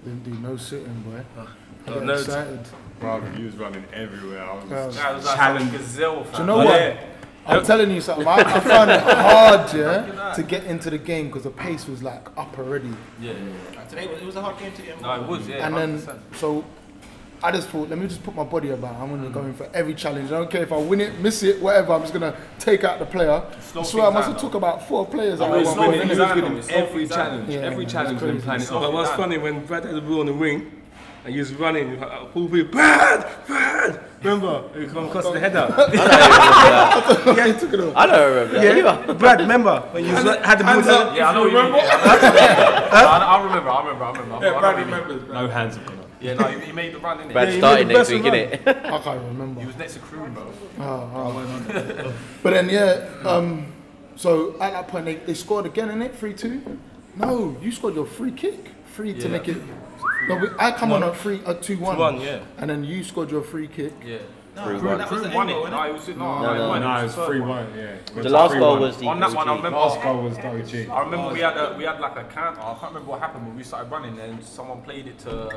Speaker 3: Didn't do no sitting, boy. I
Speaker 5: Oh,
Speaker 3: got
Speaker 5: no.
Speaker 3: excited.
Speaker 7: Bro, he was running everywhere. I was
Speaker 3: Well,
Speaker 10: That was like some gazelle.
Speaker 3: Do
Speaker 10: fam.
Speaker 3: you know what? I'm telling you something. I, I found it hard, yeah, to get into the game because the pace was like up already.
Speaker 4: Like, Today was- it was a hard game to get.
Speaker 10: No, it was, yeah.
Speaker 3: and then, so I just thought, let me just put my body about. it. I'm gonna go in for every challenge. I don't care if I win it, miss it, whatever. I'm just gonna take out the player. I swear I must
Speaker 10: things down,
Speaker 3: have took about four players.
Speaker 7: I
Speaker 3: at
Speaker 7: was
Speaker 3: one
Speaker 10: slow
Speaker 3: point,
Speaker 7: winning, he
Speaker 3: innit?
Speaker 7: was
Speaker 10: things
Speaker 7: winning
Speaker 10: down.
Speaker 7: every challenge.
Speaker 3: Yeah,
Speaker 7: every
Speaker 3: man,
Speaker 7: challenge
Speaker 3: it's
Speaker 7: was in
Speaker 3: crazy.
Speaker 7: planning.
Speaker 5: But what's funny when Brad had the ball on the wing and he was running, like, Paul Reed, Brad, Brad. Remember, he come across the header.
Speaker 1: I don't remember. that.
Speaker 5: Yeah, Brad, remember when you was, like, had the ball? down?
Speaker 10: Yeah, I know what you mean. Yeah, I know- I remember, I remember, I remember. I know what you mean.
Speaker 7: No hands have gone up.
Speaker 10: Yeah, no, he, he made the run, didn't
Speaker 1: Brad
Speaker 10: he?
Speaker 1: started next week, innit?
Speaker 3: I can't remember.
Speaker 10: He was next to crew, bro.
Speaker 3: Oh, But then yeah, um, so at that point they, they scored again in it three two. No, you scored your free kick, free to make it. No, we, I come on a three a two one.
Speaker 5: One, yeah.
Speaker 3: And then you scored your free kick.
Speaker 10: Yeah.
Speaker 1: Three
Speaker 4: Bro,
Speaker 1: one.
Speaker 4: that was
Speaker 10: Crew
Speaker 4: the
Speaker 10: won
Speaker 4: end goal,
Speaker 10: it. No,
Speaker 4: innit?
Speaker 10: it was, no, no,
Speaker 1: no.
Speaker 10: it won.
Speaker 7: No, it
Speaker 10: It
Speaker 7: was
Speaker 10: was the third
Speaker 7: 3
Speaker 10: one.
Speaker 7: 1, yeah.
Speaker 1: The last goal was the.
Speaker 10: On that one, I
Speaker 1: OG.
Speaker 10: remember.
Speaker 7: Last goal was Doji.
Speaker 10: I remember we had a, we had like a counter. I can't remember what happened, but we started running and someone played it to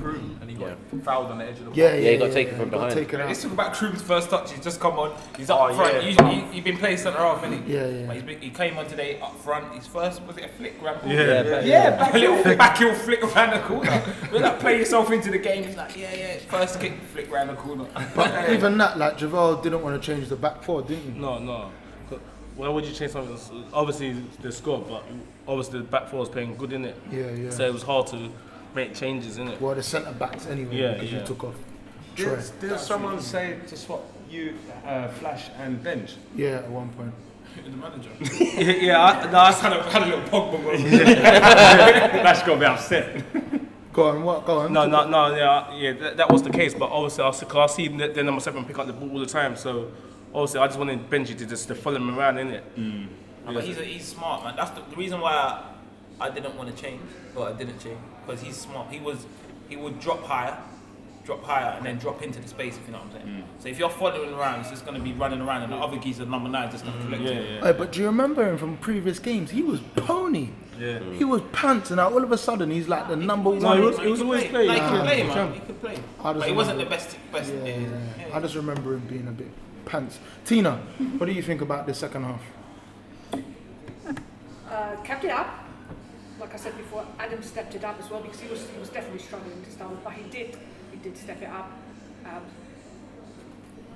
Speaker 10: Crew and he got fouled on the edge of the box.
Speaker 3: Yeah, yeah,
Speaker 1: he got taken from
Speaker 3: got
Speaker 1: behind.
Speaker 3: taken out.
Speaker 4: Let's talk about Krug's first touch. He's just come on. He's up
Speaker 10: Oh,
Speaker 4: front.
Speaker 10: yeah,
Speaker 4: He's
Speaker 10: fam.
Speaker 4: he, he been playing centre half, isn't he?
Speaker 3: Yeah, yeah.
Speaker 4: But he's been, he came on today up front. His first was it a flick grab?
Speaker 1: Yeah,
Speaker 4: yeah,
Speaker 1: back-
Speaker 4: back heel, back heel flick around the corner. When like play yourself into the game, it's like yeah, yeah. First kick, flick round the corner.
Speaker 3: But even that, like Javel didn't want to change the back four, didn't he?
Speaker 5: No, Oh, no. Why would you change something? that's- Obviously, they scored, but obviously the back four was playing good in it.
Speaker 3: Yeah, yeah.
Speaker 5: So it was hard to make changes in it.
Speaker 3: Well, the centre backs anyway
Speaker 5: Yeah,
Speaker 3: because
Speaker 5: yeah.
Speaker 3: you took off. Troy.
Speaker 7: Did someone say to swap you, uh, Flash, and Bench?
Speaker 3: Yeah, at one point.
Speaker 5: yeah, I, no, I kind of had a little Pogba
Speaker 7: Flash got to be upset.
Speaker 3: Go on, what? Go on.
Speaker 5: No, no, no, yeah, yeah that, that was the case, but obviously I was, cause I see the, the number seven pick up the ball all the time, so obviously I just wanted Benji to just to follow him around, innit?
Speaker 4: No, But he's, a, he's smart, man. That's the, the reason why I, I didn't want to change, but I didn't change because he's smart. He was he would drop higher, drop higher and then drop into the space, if you know what I'm saying.
Speaker 10: Mm.
Speaker 4: So if you're following around, it's just going to be running around, and the other geezer number nine is just
Speaker 10: Mm.
Speaker 4: going to collect it.
Speaker 3: Hey, but do you remember him from previous games? He was pony. Yeah. He was pants, and now all of a sudden he's like the number one.
Speaker 5: he was- he was always playing.
Speaker 4: Like, he could
Speaker 3: Ah,
Speaker 4: play,
Speaker 3: yeah.
Speaker 4: man. He could play.
Speaker 3: I just
Speaker 4: But he wasn't
Speaker 3: remember-
Speaker 4: the best. best
Speaker 3: Yeah,
Speaker 4: yeah,
Speaker 3: I just remember him being a bit pants. Tina, what do you think about the second half?
Speaker 8: uh, kept it up. Like I said before, Adam stepped it up as well because he was he was definitely struggling to start with, but he did he did step it up. Um,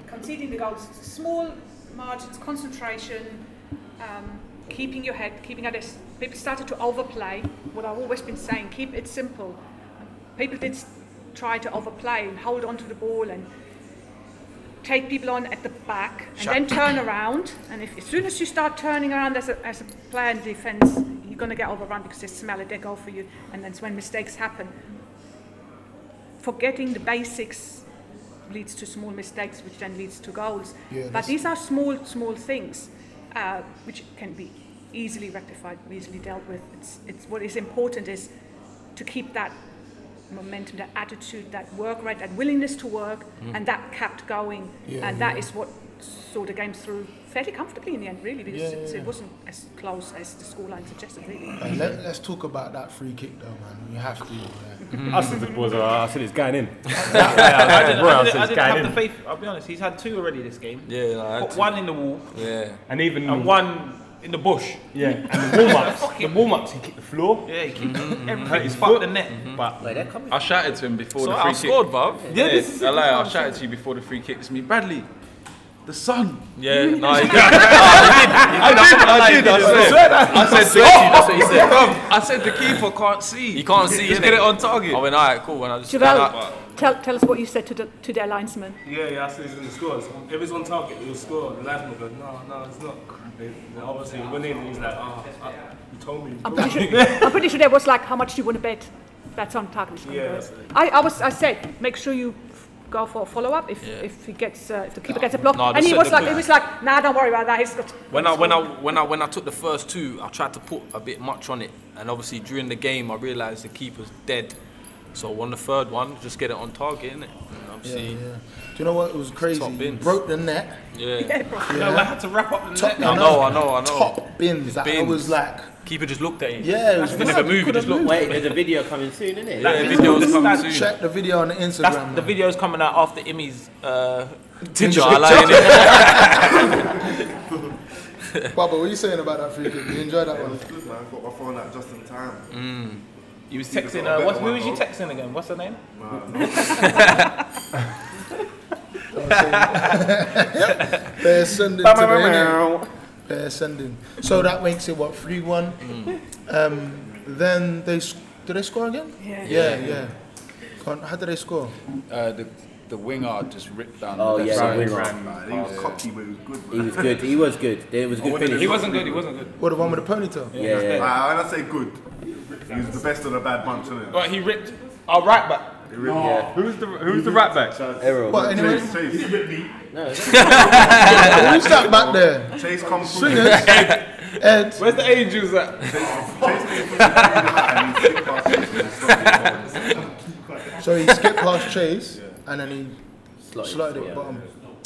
Speaker 8: conceding the goals, small margins, concentration, um, keeping your head, keeping at this. People started to overplay. What I've always been saying, keep it simple. People did s- try to overplay and hold on to the ball and take people on at the back and then turn around. And if, as soon as you start turning around as a, as a player in defence, you're going to get overrun because they smell it, they go for you. And that's when mistakes happen. Forgetting the basics leads to small mistakes, which then leads to goals. but these are small, small things uh, which can be easily rectified, easily dealt with. It's, it's what is important is to keep that momentum, that attitude, that work rate, that willingness to work, and that kept going. and that is what saw the game through fairly comfortably in the end, really, because it, it wasn't as close as the scoreline suggested, really.
Speaker 3: Uh, let, us talk about that free kick though, man. You have to. yeah.
Speaker 7: I said to the boys, uh, I said it's going in.
Speaker 4: I didn't,
Speaker 7: Bro,
Speaker 4: I
Speaker 7: I
Speaker 4: didn't,
Speaker 7: said
Speaker 4: I didn't
Speaker 7: it's
Speaker 4: have
Speaker 7: going
Speaker 4: the
Speaker 7: in.
Speaker 4: faith. I'll be honest. He's had two already this game.
Speaker 10: Yeah, no, I had
Speaker 4: Put
Speaker 10: to-
Speaker 4: one in the wall
Speaker 10: yeah.
Speaker 7: And even
Speaker 4: and one in the bush.
Speaker 7: yeah, and the warm ups. the warm ups, he kicked the floor.
Speaker 4: Yeah, he
Speaker 10: Mm-hmm,
Speaker 4: kicked everything.
Speaker 7: Hurt his
Speaker 4: but
Speaker 7: foot.
Speaker 4: the net.
Speaker 7: But
Speaker 2: I shouted to him before
Speaker 10: So
Speaker 2: the free
Speaker 10: I
Speaker 2: kick.
Speaker 10: scored, bruv.
Speaker 2: Yeah, I lie. I shouted to you before the free kick. It's me, Bradley. The sun.
Speaker 10: Yeah, no, he
Speaker 2: I did. I did. I said. I said. the-
Speaker 10: that's what he said.
Speaker 2: Bruv, I said the keeper can't see.
Speaker 10: You can't see,
Speaker 2: Just
Speaker 10: innit?
Speaker 2: get it on target.
Speaker 10: I went, alright, cool. And I just stand
Speaker 8: Javel,
Speaker 10: up.
Speaker 8: tell, tell us what you said to, the, to their linesman.
Speaker 9: Yeah, yeah, I said he's going to score. So if it's on target, he'll score. The last one goes, no, no, it's not. They, they obviously went in and he's like,
Speaker 5: "Ah,
Speaker 9: oh, I, you told me.
Speaker 8: I'm pretty, sure, I'm pretty sure there was like, how much do you want to bet? That's on target.
Speaker 9: Yeah, that's it.
Speaker 8: I, I was, I said, make sure you f- go for a follow up if, if he gets, uh, if the keeper gets a block.
Speaker 10: no,
Speaker 8: and he
Speaker 10: the
Speaker 8: was
Speaker 10: se-
Speaker 8: like,
Speaker 10: the-
Speaker 8: he was like, nah, don't worry about that. He's got.
Speaker 10: When I when I when I when I took the first two, I tried to put a bit much on it, and obviously during the game, I realised the keeper's dead. So on the third one, just get it on target, innit? And obviously,
Speaker 3: Yeah. Do you know what was crazy?
Speaker 10: Top bins.
Speaker 3: Broke the net.
Speaker 10: yeah.
Speaker 4: No, I had to wrap up the net.
Speaker 3: Top,
Speaker 10: I know, I know, I know.
Speaker 3: Top bins. Like, I
Speaker 10: Bins.
Speaker 3: was like,
Speaker 10: Keeper just looked at him.
Speaker 3: yeah. It was
Speaker 10: He never
Speaker 3: mad, you
Speaker 10: moved. He
Speaker 3: couldn't
Speaker 10: just looked.
Speaker 3: move.
Speaker 1: Wait, there's a video coming soon, isn't it?
Speaker 10: Yeah, videos coming soon.
Speaker 3: Check the video on the Instagram.
Speaker 4: That's,
Speaker 3: man.
Speaker 4: the video's coming out after Imi's. Uh,
Speaker 10: Ginger, I like it.
Speaker 3: Baba, what are you saying about that free kick? You enjoy that
Speaker 6: It
Speaker 3: one?
Speaker 6: was good, man. Got my phone out just in time.
Speaker 10: Mm.
Speaker 4: he was texting.
Speaker 6: got a
Speaker 4: Uh, what,
Speaker 6: better
Speaker 4: who
Speaker 6: one,
Speaker 4: was you
Speaker 6: though.
Speaker 4: texting again? What's her name?
Speaker 3: They're sending to the innit? They're sending. So that makes it what three one. Um, then they s- do they score again?
Speaker 8: Yeah.
Speaker 3: Yeah, yeah. Can't- How did they score?
Speaker 11: Uh, the the winger just ripped down.
Speaker 1: Oh,
Speaker 11: the left
Speaker 1: yeah,
Speaker 11: side.
Speaker 1: the winger.
Speaker 6: Man, he was cocky, but he was good,
Speaker 1: He
Speaker 6: man.
Speaker 1: was good. He was good. It was a good finish.
Speaker 4: He wasn't good. He wasn't good.
Speaker 3: What the one with the ponytail?
Speaker 1: Yeah, yeah.
Speaker 6: Ah, when I say good, he was the best of the bad bunch, innit?
Speaker 4: But he ripped our right back.
Speaker 7: who's the who's the right back?
Speaker 1: Error.
Speaker 3: But anyway,
Speaker 6: Chase, Chase.
Speaker 3: who's that back there?
Speaker 6: Chase come through.
Speaker 3: Swingers. Ed.
Speaker 4: Where's the angels at?
Speaker 6: Chase came through the and he kicked past Chase and stopped it.
Speaker 3: So he skipped past Chase and then he
Speaker 1: Slotted,
Speaker 3: slotted it
Speaker 1: yeah.
Speaker 3: bottom.
Speaker 6: It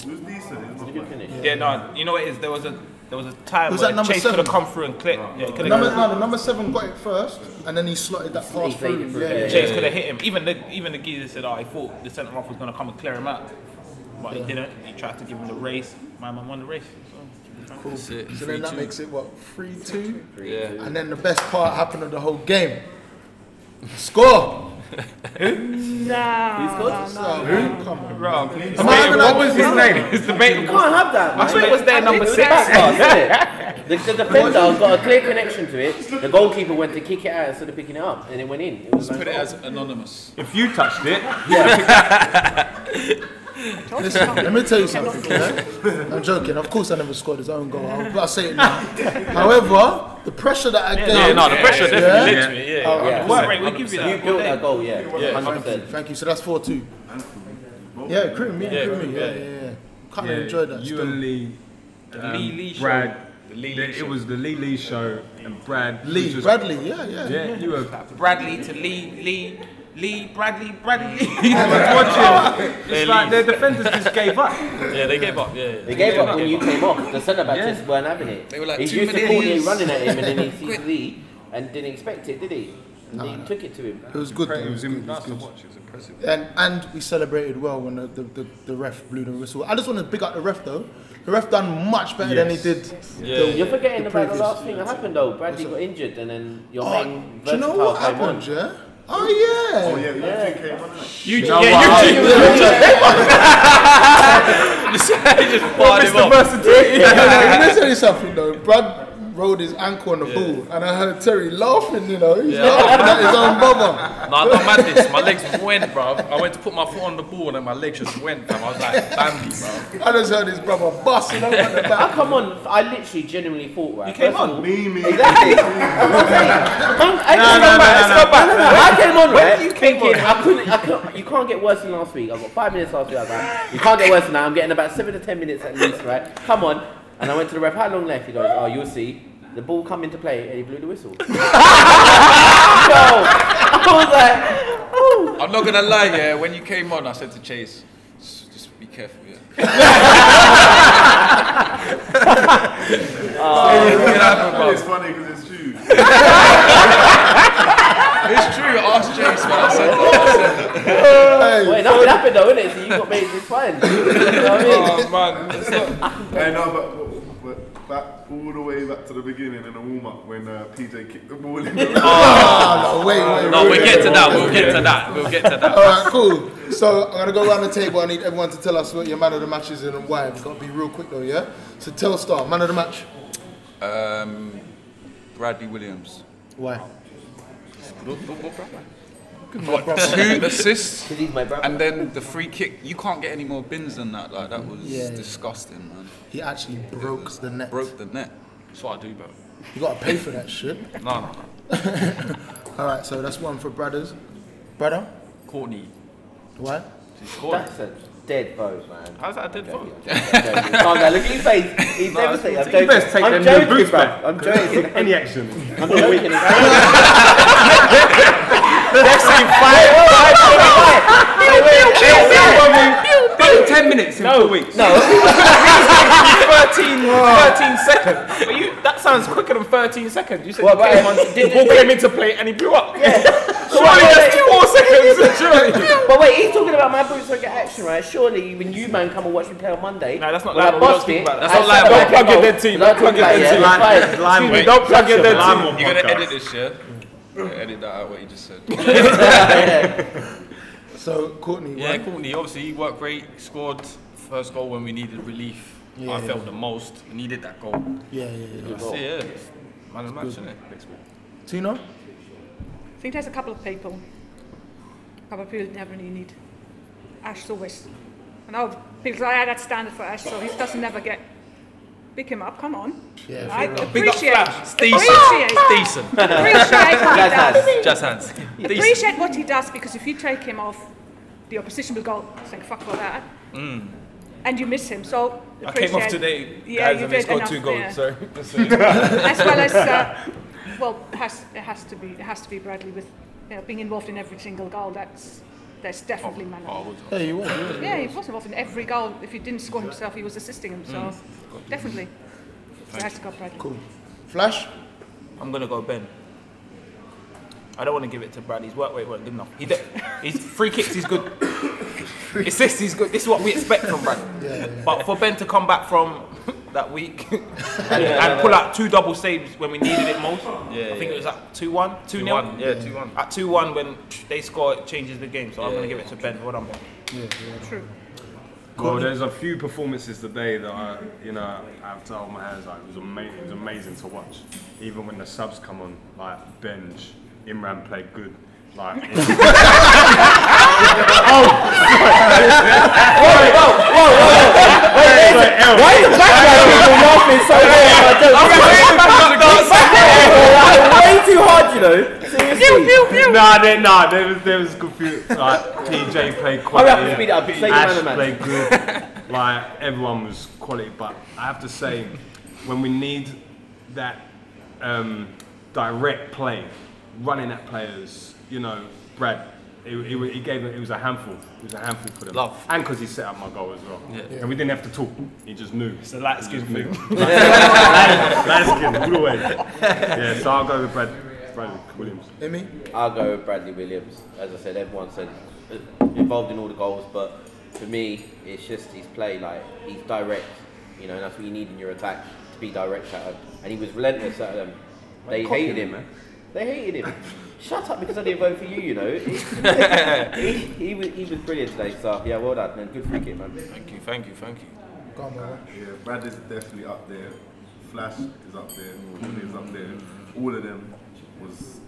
Speaker 6: was decent. It was not
Speaker 1: Good
Speaker 6: bad.
Speaker 1: finish.
Speaker 4: Yeah, no. You know what it is? There was a there was a time
Speaker 3: Was
Speaker 4: where
Speaker 3: that number
Speaker 4: Chase could have
Speaker 3: seven?
Speaker 4: come through and clipped. Yeah, he could have.
Speaker 3: Number, no, the number seven got it first and then he slotted that pass through.
Speaker 1: faded through, yeah,
Speaker 3: Yeah.
Speaker 1: yeah.
Speaker 4: Chase could have hit him. Even the even the geezer said, "Oh, he thought the centre half was going to come and clear him out," but he didn't. He tried to give him the race. My man won the race. So.
Speaker 3: Cool.
Speaker 10: That's it,
Speaker 3: So then that
Speaker 10: 3-2.
Speaker 3: makes it what three two.
Speaker 10: Yeah.
Speaker 3: And then the best part happened of the whole game. Score!
Speaker 8: Nah.
Speaker 3: Oh, man, come on.
Speaker 7: Am I having a- what was his name? It's the
Speaker 1: You
Speaker 7: mate.
Speaker 1: can't have that. Man.
Speaker 4: I swear it was their number
Speaker 1: It was
Speaker 4: six.
Speaker 1: that pass, isn't it? The, the defender got a clear connection to it. The goalkeeper went to kick it out instead of picking it up, and it went in. It was like,
Speaker 2: Put it as anonymous.
Speaker 7: If you touched it,
Speaker 3: Listen, let me tell you something. yeah? I'm joking. Of course, I never scored his own goal. I'll, I'll say it now. However, the pressure that I get.
Speaker 10: Yeah, no, the pressure definitely
Speaker 3: Yeah.
Speaker 10: led to it. Yeah.
Speaker 3: Oh,
Speaker 1: Yeah.
Speaker 4: Right, we give you
Speaker 1: you
Speaker 4: that.
Speaker 1: built that goal, yeah. yeah.
Speaker 3: Thank you.
Speaker 1: 100%.
Speaker 3: Thank you. So that's four two. Yeah, crew me, yeah, crew me. Yeah, yeah, yeah. Kind of enjoyed that.
Speaker 7: You
Speaker 3: still.
Speaker 7: and Lee, um,
Speaker 4: Lee Lee show.
Speaker 7: Brad.
Speaker 4: The Lee
Speaker 7: the-
Speaker 4: Lee
Speaker 7: it
Speaker 4: show.
Speaker 7: was the Lee Lee show and Brad.
Speaker 3: Lee
Speaker 7: which was-
Speaker 3: Bradley. Yeah, yeah.
Speaker 7: Yeah, you were
Speaker 4: Bradley to Lee Lee Lee, Bradley, Bradley. Lee. I was watching.
Speaker 10: They
Speaker 4: It's like their
Speaker 10: leave.
Speaker 4: defenders just gave up.
Speaker 10: Yeah, they gave up. Yeah, yeah.
Speaker 1: oh, They gave up when you came off. The centre backs
Speaker 10: Yeah.
Speaker 1: just weren't having it.
Speaker 10: They were like,
Speaker 1: He's
Speaker 10: "Two
Speaker 1: used to
Speaker 10: minutes."
Speaker 1: Courtney running at him and then he sees Lee and didn't expect it, did he? And he took it to him.
Speaker 3: It was good. though. It was good. It was good. And and we celebrated well when the, the, the, the ref blew the whistle. I just want to pick up the ref though. The ref done much better than he did.
Speaker 1: Yeah. You're forgetting about
Speaker 3: previous-
Speaker 1: the last thing that happened though. Bradley got injured and then your
Speaker 3: Oh,
Speaker 1: main
Speaker 3: do you know
Speaker 1: versatile
Speaker 3: what
Speaker 1: came
Speaker 3: happened,
Speaker 1: on.
Speaker 3: yeah? Oh yeah.
Speaker 6: Oh yeah, you two
Speaker 5: You,
Speaker 6: came on.
Speaker 1: know
Speaker 5: yeah,
Speaker 1: what?
Speaker 5: you,
Speaker 10: just barred him up.
Speaker 3: Yeah, no, Let me tell you something though. Brad rolled his ankle on the ball, and I heard Terry laughing. You know, he's laughing at his own bother.
Speaker 10: Nah, I done madness. My legs went, bro. I went to put my foot on the ball and my legs just went, fam. I was like, Bambi, bro.
Speaker 3: I just heard his brother busting over the back.
Speaker 1: I Oh, come on, I literally genuinely thought, right? You
Speaker 4: came on.
Speaker 6: Me, me.
Speaker 1: Exactly. Man, I just go back, let's go back. I came on, right? thinking, I couldn't, I couldn't, you can't get worse than last week. I've got five minutes last week. I was like, you can't get worse than that. I'm getting about seven to ten minutes at least, right? Come on. And I went to the ref, how long left? He goes, oh, you'll see. The ball come into play and he blew the whistle. Yo, I was like, oh.
Speaker 11: I'm not gonna lie, yeah. When you came on, I said to Chase, "S- just be careful, yeah.
Speaker 6: Oh, It's funny because it's true.
Speaker 11: It's true. I asked Chase when I said that. I said that.
Speaker 1: Wait, nothing happened though, innit? So you got made, it's fine. You know what I mean?
Speaker 7: Oh, man.
Speaker 6: I know, but, but back all the way back to the beginning in the warm up when uh, PJ kicked the ball in. The
Speaker 7: Ah,
Speaker 3: Oh, no, wait, wait.
Speaker 10: No,
Speaker 3: wait.
Speaker 10: we'll get to that. We'll get to that. We'll get to that.
Speaker 3: All right, cool. So I'm gonna go around the table. I need everyone to tell us what your man of the match is and why. We've got to be real quick though, yeah. So tell Star, man of the match.
Speaker 11: Um, Bradley Williams.
Speaker 3: Why?
Speaker 11: Two assists,
Speaker 1: 'Cause he's my brother.
Speaker 11: and then the free kick. You can't get any more bins than that. Like that was
Speaker 3: Yeah.
Speaker 11: disgusting, man.
Speaker 3: He actually broke the net.
Speaker 11: Broke the net.
Speaker 10: That's what I do, bro.
Speaker 3: You gotta pay for that shit.
Speaker 10: No, no, no.
Speaker 3: All right, so that's one for brothers. Brother,
Speaker 10: Courtney.
Speaker 3: why?
Speaker 1: That's a dead vote, man.
Speaker 10: How's that a dead vote?
Speaker 1: Calm down, look at your face. He's devastated. I'm joking.
Speaker 2: best take
Speaker 1: I'm
Speaker 2: them
Speaker 1: joking,
Speaker 2: boots
Speaker 1: bruv.
Speaker 2: back.
Speaker 1: I'm joking.
Speaker 2: Any action?
Speaker 1: I'm joking.
Speaker 5: Let's say five. Got ten minutes in four weeks.
Speaker 1: No,
Speaker 4: 13, 13 seconds. But you, that sounds quicker than 13 seconds. You said
Speaker 1: Well,
Speaker 4: he came
Speaker 1: but-
Speaker 4: on, the ball came into play and he blew up.
Speaker 1: So wait, wait,
Speaker 4: Four seconds.
Speaker 1: wait. But wait, he's talking about my boots don't get action, right? Surely when you man come and watch me play on Monday.
Speaker 4: No, that's not
Speaker 1: when I
Speaker 4: liable. We don't
Speaker 1: bust
Speaker 4: speak
Speaker 1: it,
Speaker 4: about that.
Speaker 1: I
Speaker 10: That's not
Speaker 1: said,
Speaker 10: liable.
Speaker 4: Don't plug in their
Speaker 1: "Oh, no,
Speaker 4: team.
Speaker 1: no,
Speaker 4: Don't plug
Speaker 1: talk
Speaker 4: in their
Speaker 1: about
Speaker 2: Excuse me,
Speaker 4: team.
Speaker 1: it, it's fine."
Speaker 11: Wait.
Speaker 2: don't plug in their team.
Speaker 11: You're gonna edit this, yeah?
Speaker 3: Mm.
Speaker 11: yeah? Edit that out what you just said.
Speaker 3: So Courtney,
Speaker 10: Yeah,
Speaker 3: why?
Speaker 10: Courtney, obviously, he worked great. Scored first goal when we needed relief. I felt the most. We needed that goal.
Speaker 3: Yeah, yeah, yeah.
Speaker 10: That's it, yeah. Man of the match, innit?
Speaker 3: Tino,
Speaker 8: I think there's a couple of people. A couple of people that never really need. Ash always. I know, because I had that "Oh, standard for Ash, so he doesn't never get. Pick him up, come on.
Speaker 3: Yeah,
Speaker 8: I
Speaker 10: Big up
Speaker 8: appreciate,
Speaker 10: Flash. It's decent.
Speaker 8: Appreciate.
Speaker 10: It's decent.
Speaker 8: appreciate what he does.
Speaker 1: Jazz hands.
Speaker 10: Just hands. Decent.
Speaker 8: Appreciate what he does because if you take him off, the opposition will go, thank fuck for that. And you miss him, so.
Speaker 9: I came off
Speaker 8: appreciate-
Speaker 9: today,
Speaker 8: Yeah,
Speaker 9: guys,
Speaker 8: you
Speaker 9: and they
Speaker 8: did
Speaker 9: scored
Speaker 8: enough
Speaker 9: two goals.
Speaker 8: there.
Speaker 9: Sorry.
Speaker 8: as well as uh, well it has it has to be it has to be Bradley with you know, being involved in every single goal that's that's
Speaker 9: Oh,
Speaker 8: definitely man of the
Speaker 3: Hey, you won.
Speaker 8: match. yeah he was involved in every goal if he didn't score himself he was assisting himself
Speaker 9: Mm.
Speaker 8: definitely so it has to go Bradley
Speaker 3: Cool. Flash.
Speaker 4: I'm gonna go Ben. I don't want to give it to Brad. His work rate weren't good enough. He de- his free kicks he's good. Assists he's good. This is what we expect from Brad. But for Ben to come back from that week and, and pull out two double saves when we needed it most, I think it was at 2-1, 2-0.
Speaker 10: 2-1, yeah, 2-1.
Speaker 4: At 2-1 when they score, it changes the game. So I'm gonna give it to Ben. Well done, Ben.
Speaker 8: true
Speaker 7: Well, there's a few performances today that I, you know, I have to hold my hands up. It was amazing. It was amazing to watch. Even when the subs come on, like bench, Imran played good. Like,
Speaker 1: Why is the background people laughing so hard? I don't Way too hard, you know. Seriously.
Speaker 7: nah, there, nah, there was there was good. Few, like PJ played
Speaker 1: Hurry
Speaker 7: quality.
Speaker 1: up and speed it up. Say your man
Speaker 7: Ash
Speaker 1: of the match.
Speaker 7: played good. like everyone was quality, but I have to say, when we need that um, direct play, running at players, you know, Brad He, he, he gave it. It was a handful. It was a handful for them.
Speaker 10: Love.
Speaker 7: and because he set up my goal as well.
Speaker 10: Yeah.
Speaker 7: And we didn't have to talk. He just knew. It's
Speaker 9: a light skin thing.
Speaker 7: light, light skin all the way. Yeah. So I'll go with Brad, Brad Williams.
Speaker 3: Amy?
Speaker 1: I'll go with Bradley Williams. As I said, everyone said uh, involved in all the goals, but for me, it's just his play. Like he's direct, you know, and that's what you need in your attack to be direct at them. And he was relentless at them. They hated him, man. They hated him. Shut up, because I didn't vote for you. You know, he, he, was, he was brilliant today. So yeah, well done, man. Good free kick, man.
Speaker 10: Thank you, thank you, thank you.
Speaker 3: Go on, Moira.
Speaker 6: Yeah, Brad is definitely up there. Flash is up there. Woody is up there. All of them was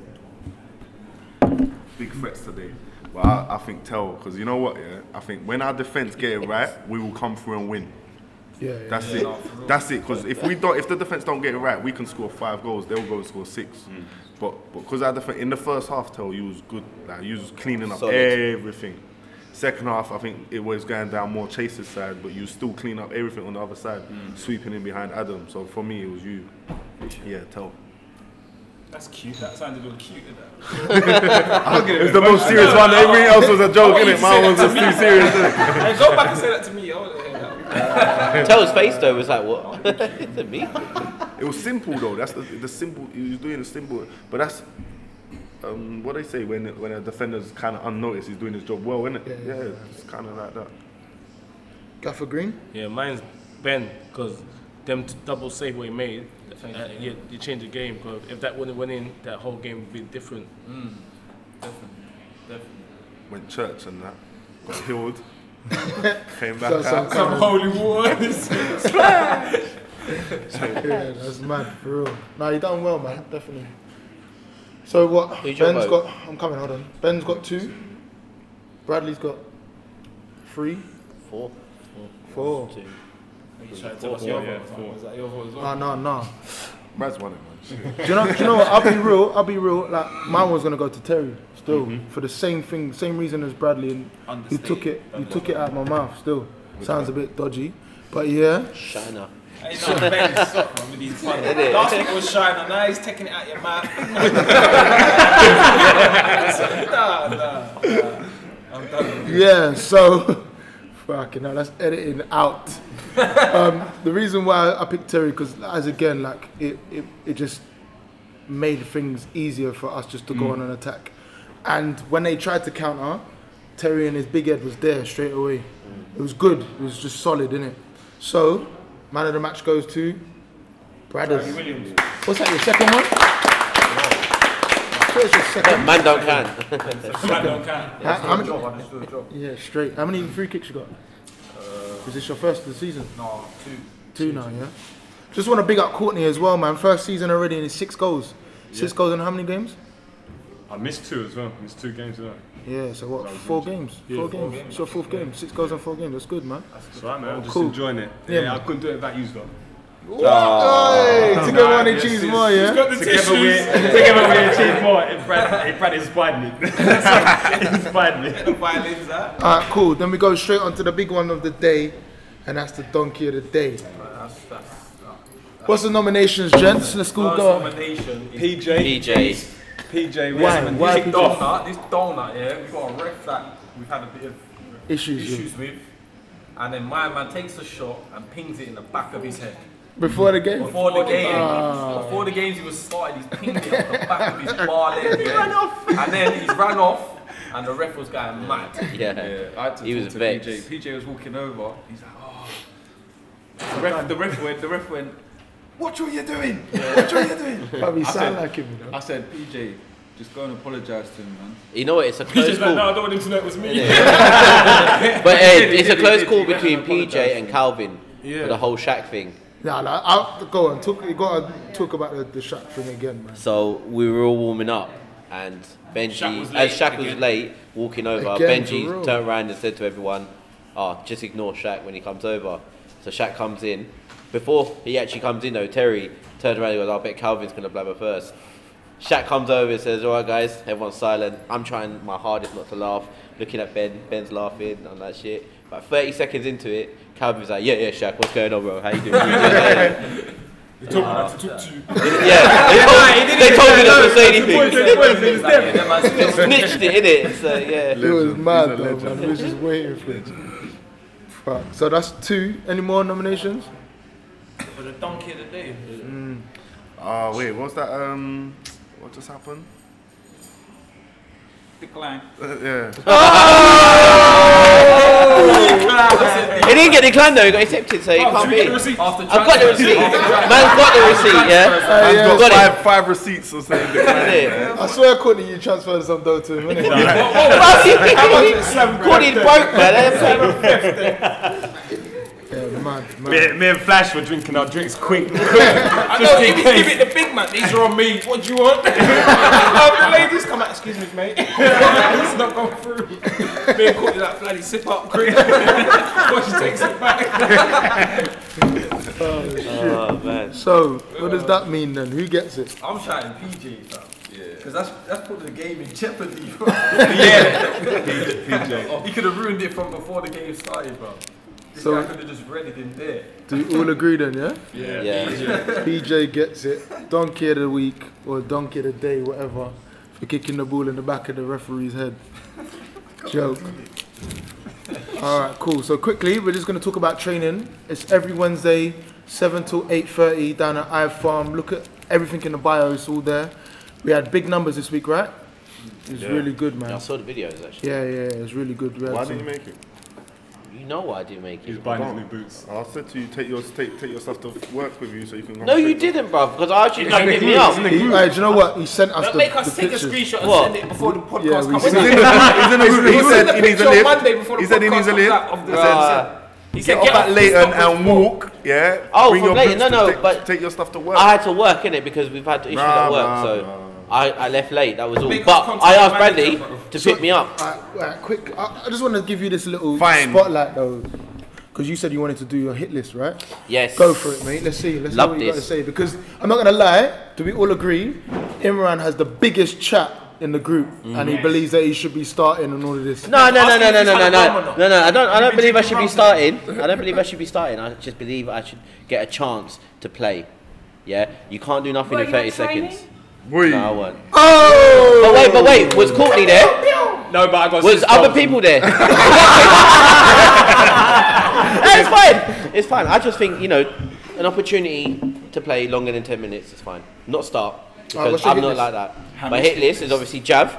Speaker 6: big threats today. But I, I think Tell, because you know what, yeah? I think when our defence get it right, we will come through and win.
Speaker 3: Yeah, yeah.
Speaker 6: That's it. That's it. Because if we don't, if the defense don't get it right, we can score five goals. They'll go and score six. But because our defense in the first half, tell you was good. Like you was cleaning up
Speaker 1: Solid.
Speaker 6: everything. Second half, I think it was going down more Chase's side, but you still clean up everything on the other side, sweeping in behind Adam. So for me, it was you. Yeah, tell.
Speaker 9: That's cute. That sounded real cute. didn't it?
Speaker 6: It was the most serious one. Everything else was a joke, innit? Mine was just too serious. innit?
Speaker 9: Hey, go back and say that to me. I want to hear that.
Speaker 1: Tell's face though was like, what? Is it me?
Speaker 6: It was simple though. That's the, the simple. He was doing the simple, but that's um, what they say when when a defender's kind of unnoticed. He's doing his job well, isn't it? Yeah, it's kind of like that.
Speaker 3: Gaffer Green?
Speaker 5: Yeah, mine's Ben because them t- double save what he made. Uh, yeah, you change the game because if that wouldn't went in, that whole game would be different.
Speaker 11: Mm.
Speaker 6: Went church and that, got healed, came back
Speaker 3: So- so-
Speaker 6: out.
Speaker 3: so-
Speaker 9: Holy water.
Speaker 3: yeah, that's mad, for real. No, you done well, man, definitely. So what? Ben's
Speaker 1: Who's your vote?
Speaker 3: got. I'm coming. Hold on. Ben's got two. Bradley's got three.
Speaker 1: Four.
Speaker 3: Four.
Speaker 1: Two.
Speaker 3: Nah, nah, nah.
Speaker 6: Brad's won it, man. Shit.
Speaker 3: Do you know? Do you know what? I'll be real. I'll be real. Like mine was gonna go to Terry still for the same thing, same reason as Bradley, and you took it. You took it out of my mouth. Still sounds a bit dodgy, but yeah.
Speaker 1: Shiner.
Speaker 9: Hey, no, Ben, stop, man, with these puns. Last week was Shiner, now he's taking it out your mouth. nah, nah, nah. I'm done.
Speaker 3: Yeah, so fucking hell, that's editing out. um, the reason why I picked Terry because, as again, like it, it, it just made things easier for us just to
Speaker 1: Mm.
Speaker 3: go on an attack. And when they tried to counter, Terry and his big head was there straight away.
Speaker 1: Mm.
Speaker 3: It was good. It was just solid, innit? So, man of the match goes to Bradders. What's that? Your second one? What's your second?
Speaker 1: Man don't can.
Speaker 9: Man don't count.
Speaker 3: How, how many, Yeah, straight. How many free kicks you got?
Speaker 9: Uh,
Speaker 3: Is this your first of the season? No, two. Two now, yeah. Just want to big up Courtney as well, man. First season already and it's six goals. Six goals in how many games?
Speaker 7: I missed two as well. Missed two games as well.
Speaker 3: Yeah, so what? Four games. Four games. It's your fourth game. Six goals in four games. That's good, man.
Speaker 7: That's right, man. I'm just
Speaker 3: Cool.
Speaker 7: enjoying it.
Speaker 3: Yeah,
Speaker 7: Yeah,
Speaker 3: man.
Speaker 7: I couldn't do it without you, though.
Speaker 3: Hey, to go on and
Speaker 7: yes,
Speaker 3: choose
Speaker 7: yes.
Speaker 3: more, yeah.
Speaker 9: Got the
Speaker 7: Together we,
Speaker 9: tissues.
Speaker 7: together we achieve more. If Brad, if Brad inspired me. Sorry, he inspired me.
Speaker 9: Violins, huh?
Speaker 3: All right, cool. Then we go straight on to the big one of the day, and that's the donkey of the day. What's the nominations, gents? Let's all
Speaker 9: First
Speaker 3: go.
Speaker 9: nomination is
Speaker 7: PJ,
Speaker 1: DJ.
Speaker 7: PJ,
Speaker 3: Why?
Speaker 7: Wiseman.
Speaker 3: Why?
Speaker 9: Big donut. This donut, yeah, we've got a ref that we've had a bit of
Speaker 3: Issues. yeah.
Speaker 9: issues with. And then my man takes a shot and pings it in the back of his head.
Speaker 3: Before the game. Ah.
Speaker 9: Before the game, before the games he was started, he's pinged it off the back of his bar leg. yeah. And then he's ran off, and the ref was going mad.
Speaker 1: Yeah.
Speaker 11: Yeah, I had to
Speaker 1: He
Speaker 11: talk
Speaker 1: was
Speaker 11: to
Speaker 1: vexed.
Speaker 11: PJ. PJ was walking over. He's like, oh. The ref, the ref went. The ref went. Watch what you're doing. Watch what you're doing.
Speaker 3: Probably sound
Speaker 11: said-
Speaker 3: like him, you know.
Speaker 11: I said, PJ, just go and apologise to him, man.
Speaker 1: You know what? It's a close call.
Speaker 9: I don't want him to know it was me.
Speaker 1: But
Speaker 11: He
Speaker 1: hey,
Speaker 11: did, he
Speaker 1: it's a
Speaker 11: did, he
Speaker 1: close
Speaker 11: did.
Speaker 1: call
Speaker 11: He
Speaker 1: between
Speaker 11: hasn't
Speaker 1: PJ
Speaker 11: apologised.
Speaker 1: and Calvin for the whole Shaq thing.
Speaker 3: Nah, nah, I'll go on. Talk, you gotta talk about the, the Shaq thing again, man.
Speaker 1: So we were all warming up, and Benji,
Speaker 9: Shaq was
Speaker 1: as
Speaker 9: late
Speaker 1: Shaq was
Speaker 9: again.
Speaker 1: late walking over,
Speaker 3: Again, for real.
Speaker 1: Benji turned around and said to everyone, "Oh, just ignore Shaq when he comes over." So Shaq comes in. Before he actually comes in, though, Terry turned around and goes, "I bet Calvin's gonna blabber first. Shaq comes over and says, "All right, guys, everyone's silent. I'm trying my hardest not to laugh. Looking at Ben, Ben's laughing and that shit." About 30 seconds into it, Calvin's like, "Yeah, yeah, Shaq, what's going on, bro? How you doing?" You doing?"
Speaker 9: He told me not to talk to you.
Speaker 1: yeah,
Speaker 9: Yeah, he did
Speaker 1: they told me not to say anything.
Speaker 9: anything.
Speaker 1: Snitched it, innit? So, yeah.
Speaker 3: It was mad though, man. We was just waiting for it. Fuck. So that's two. Any more nominations?
Speaker 9: For the donkey of the day.
Speaker 6: Ah, wait, what was that? Um, what just happened?
Speaker 2: Decline.
Speaker 6: Uh, yeah.
Speaker 1: He didn't get declined though, he got accepted, so he can't be.
Speaker 9: After
Speaker 1: I've got the receipt. Man's got the receipt,
Speaker 3: Uh,
Speaker 1: yeah?
Speaker 9: Uh,
Speaker 3: Hey,
Speaker 6: Man's
Speaker 1: got
Speaker 6: got
Speaker 1: it.
Speaker 6: five, five receipts or something.
Speaker 1: That's it.
Speaker 3: I swear, Courtney, you transferred some dough to him, innit?
Speaker 1: Courtney broke, man.
Speaker 3: yeah, mad, mad.
Speaker 7: Me, me and Flash were drinking our drinks quick.
Speaker 9: I know, give it, give it the big man. These are on me. What do you want? oh, the ladies come out. Excuse me, mate. it's not gone through. Being caught in that bloody sip up cream. Before she takes it back.
Speaker 1: Oh, man.
Speaker 3: So, what does that mean then? Who gets it?
Speaker 9: I'm shouting PJ, fam. Yeah. Because that's, that's put the game in jeopardy, bro. yeah. he could have ruined it from before the game started, bro. This
Speaker 3: So-
Speaker 9: guy could have just read it in there.
Speaker 3: Do you all agree then, yeah?
Speaker 1: Yeah.
Speaker 3: PJ gets it. Donkey of the week or donkey of the day, whatever, for kicking the ball in the back of the referee's head. Joke. All right, cool. So quickly, we're just going to talk about training. It's every Wednesday, seven till eight thirty, down at Ive Farm. Look at everything in the bio; it's all there. We had big numbers this week, right? It was really good, man.
Speaker 1: I saw the videos actually.
Speaker 3: Yeah, yeah, it was really good. We had
Speaker 6: Why
Speaker 3: some-
Speaker 6: did you make it?
Speaker 1: You know why I didn't make
Speaker 7: He's
Speaker 1: it.
Speaker 7: buying his new boots.
Speaker 6: I said to you, take your take, take your stuff to work with you so you can.
Speaker 1: No, you didn't, bruv, because I asked you to pick me up.
Speaker 3: He- hey, do you know what? He sent us
Speaker 9: Don't
Speaker 3: the,
Speaker 9: make us
Speaker 3: the
Speaker 9: take
Speaker 3: pictures.
Speaker 9: a screenshot and
Speaker 1: What?
Speaker 9: send it before the podcast
Speaker 3: Yeah, we
Speaker 9: comes
Speaker 3: seen
Speaker 9: out.
Speaker 6: He's in the room. He
Speaker 9: He said
Speaker 6: said he needs a
Speaker 9: picture
Speaker 6: lift.
Speaker 9: Monday before the
Speaker 6: He said he
Speaker 9: podcast
Speaker 6: needs a
Speaker 9: comes
Speaker 6: lift.
Speaker 9: out of the-
Speaker 1: Bruh.
Speaker 9: He said
Speaker 6: Get off at
Speaker 9: this
Speaker 6: Leighton
Speaker 9: stop this
Speaker 6: and walk. Yeah.
Speaker 1: Oh,
Speaker 6: Bring
Speaker 1: from
Speaker 6: your
Speaker 1: Leighton,
Speaker 6: boots
Speaker 1: no,
Speaker 6: to
Speaker 1: no,
Speaker 6: take-
Speaker 1: but-
Speaker 6: Take your stuff to work.
Speaker 1: I had to work in it because we've had issues
Speaker 6: Nah,
Speaker 1: at work,
Speaker 6: nah,
Speaker 1: so I, I left late. That was all.
Speaker 9: Big
Speaker 1: But
Speaker 9: contact
Speaker 1: I asked
Speaker 9: manager,
Speaker 1: Bradley to pick me up.
Speaker 3: Alright, alright, quick. I, I just want to give you this little
Speaker 6: Fine.
Speaker 3: spotlight though, because you said you wanted to do your hit list, right?
Speaker 1: Yes.
Speaker 3: Go for it, mate. Let's see. Let's
Speaker 1: Love
Speaker 3: see what you got to
Speaker 1: this.
Speaker 3: say. Because I'm not gonna lie. Do we all agree? Imran has the biggest chat in the group, and he believes that he should be starting and all of this.
Speaker 1: No, no, no,
Speaker 9: Mm-hmm. Ask
Speaker 1: no,
Speaker 9: him
Speaker 1: no,
Speaker 9: if
Speaker 1: no,
Speaker 9: he's
Speaker 1: no,
Speaker 9: had a rum
Speaker 1: no,
Speaker 9: or not.
Speaker 1: no, no. I don't. I don't
Speaker 9: been
Speaker 1: believe I
Speaker 9: drinking
Speaker 1: should be
Speaker 9: rum?
Speaker 1: starting. I don't believe I should be starting. I just believe I should get a chance to play. Yeah, you can't do nothing
Speaker 8: Were
Speaker 1: in
Speaker 8: you
Speaker 1: 30
Speaker 8: at training?
Speaker 1: seconds.
Speaker 6: Boy.
Speaker 1: No, I won't. Oh! But wait, but wait. Was Courtney there?
Speaker 7: No, but I got
Speaker 1: Was
Speaker 7: six
Speaker 1: other
Speaker 7: goals.
Speaker 1: people there? Hey, it's fine. It's fine. I just think you know, an opportunity to play longer than ten minutes is fine. Not start because
Speaker 3: what's your
Speaker 1: I'm
Speaker 3: hit
Speaker 1: not
Speaker 3: list?
Speaker 1: like that. My hit list is obviously Jav.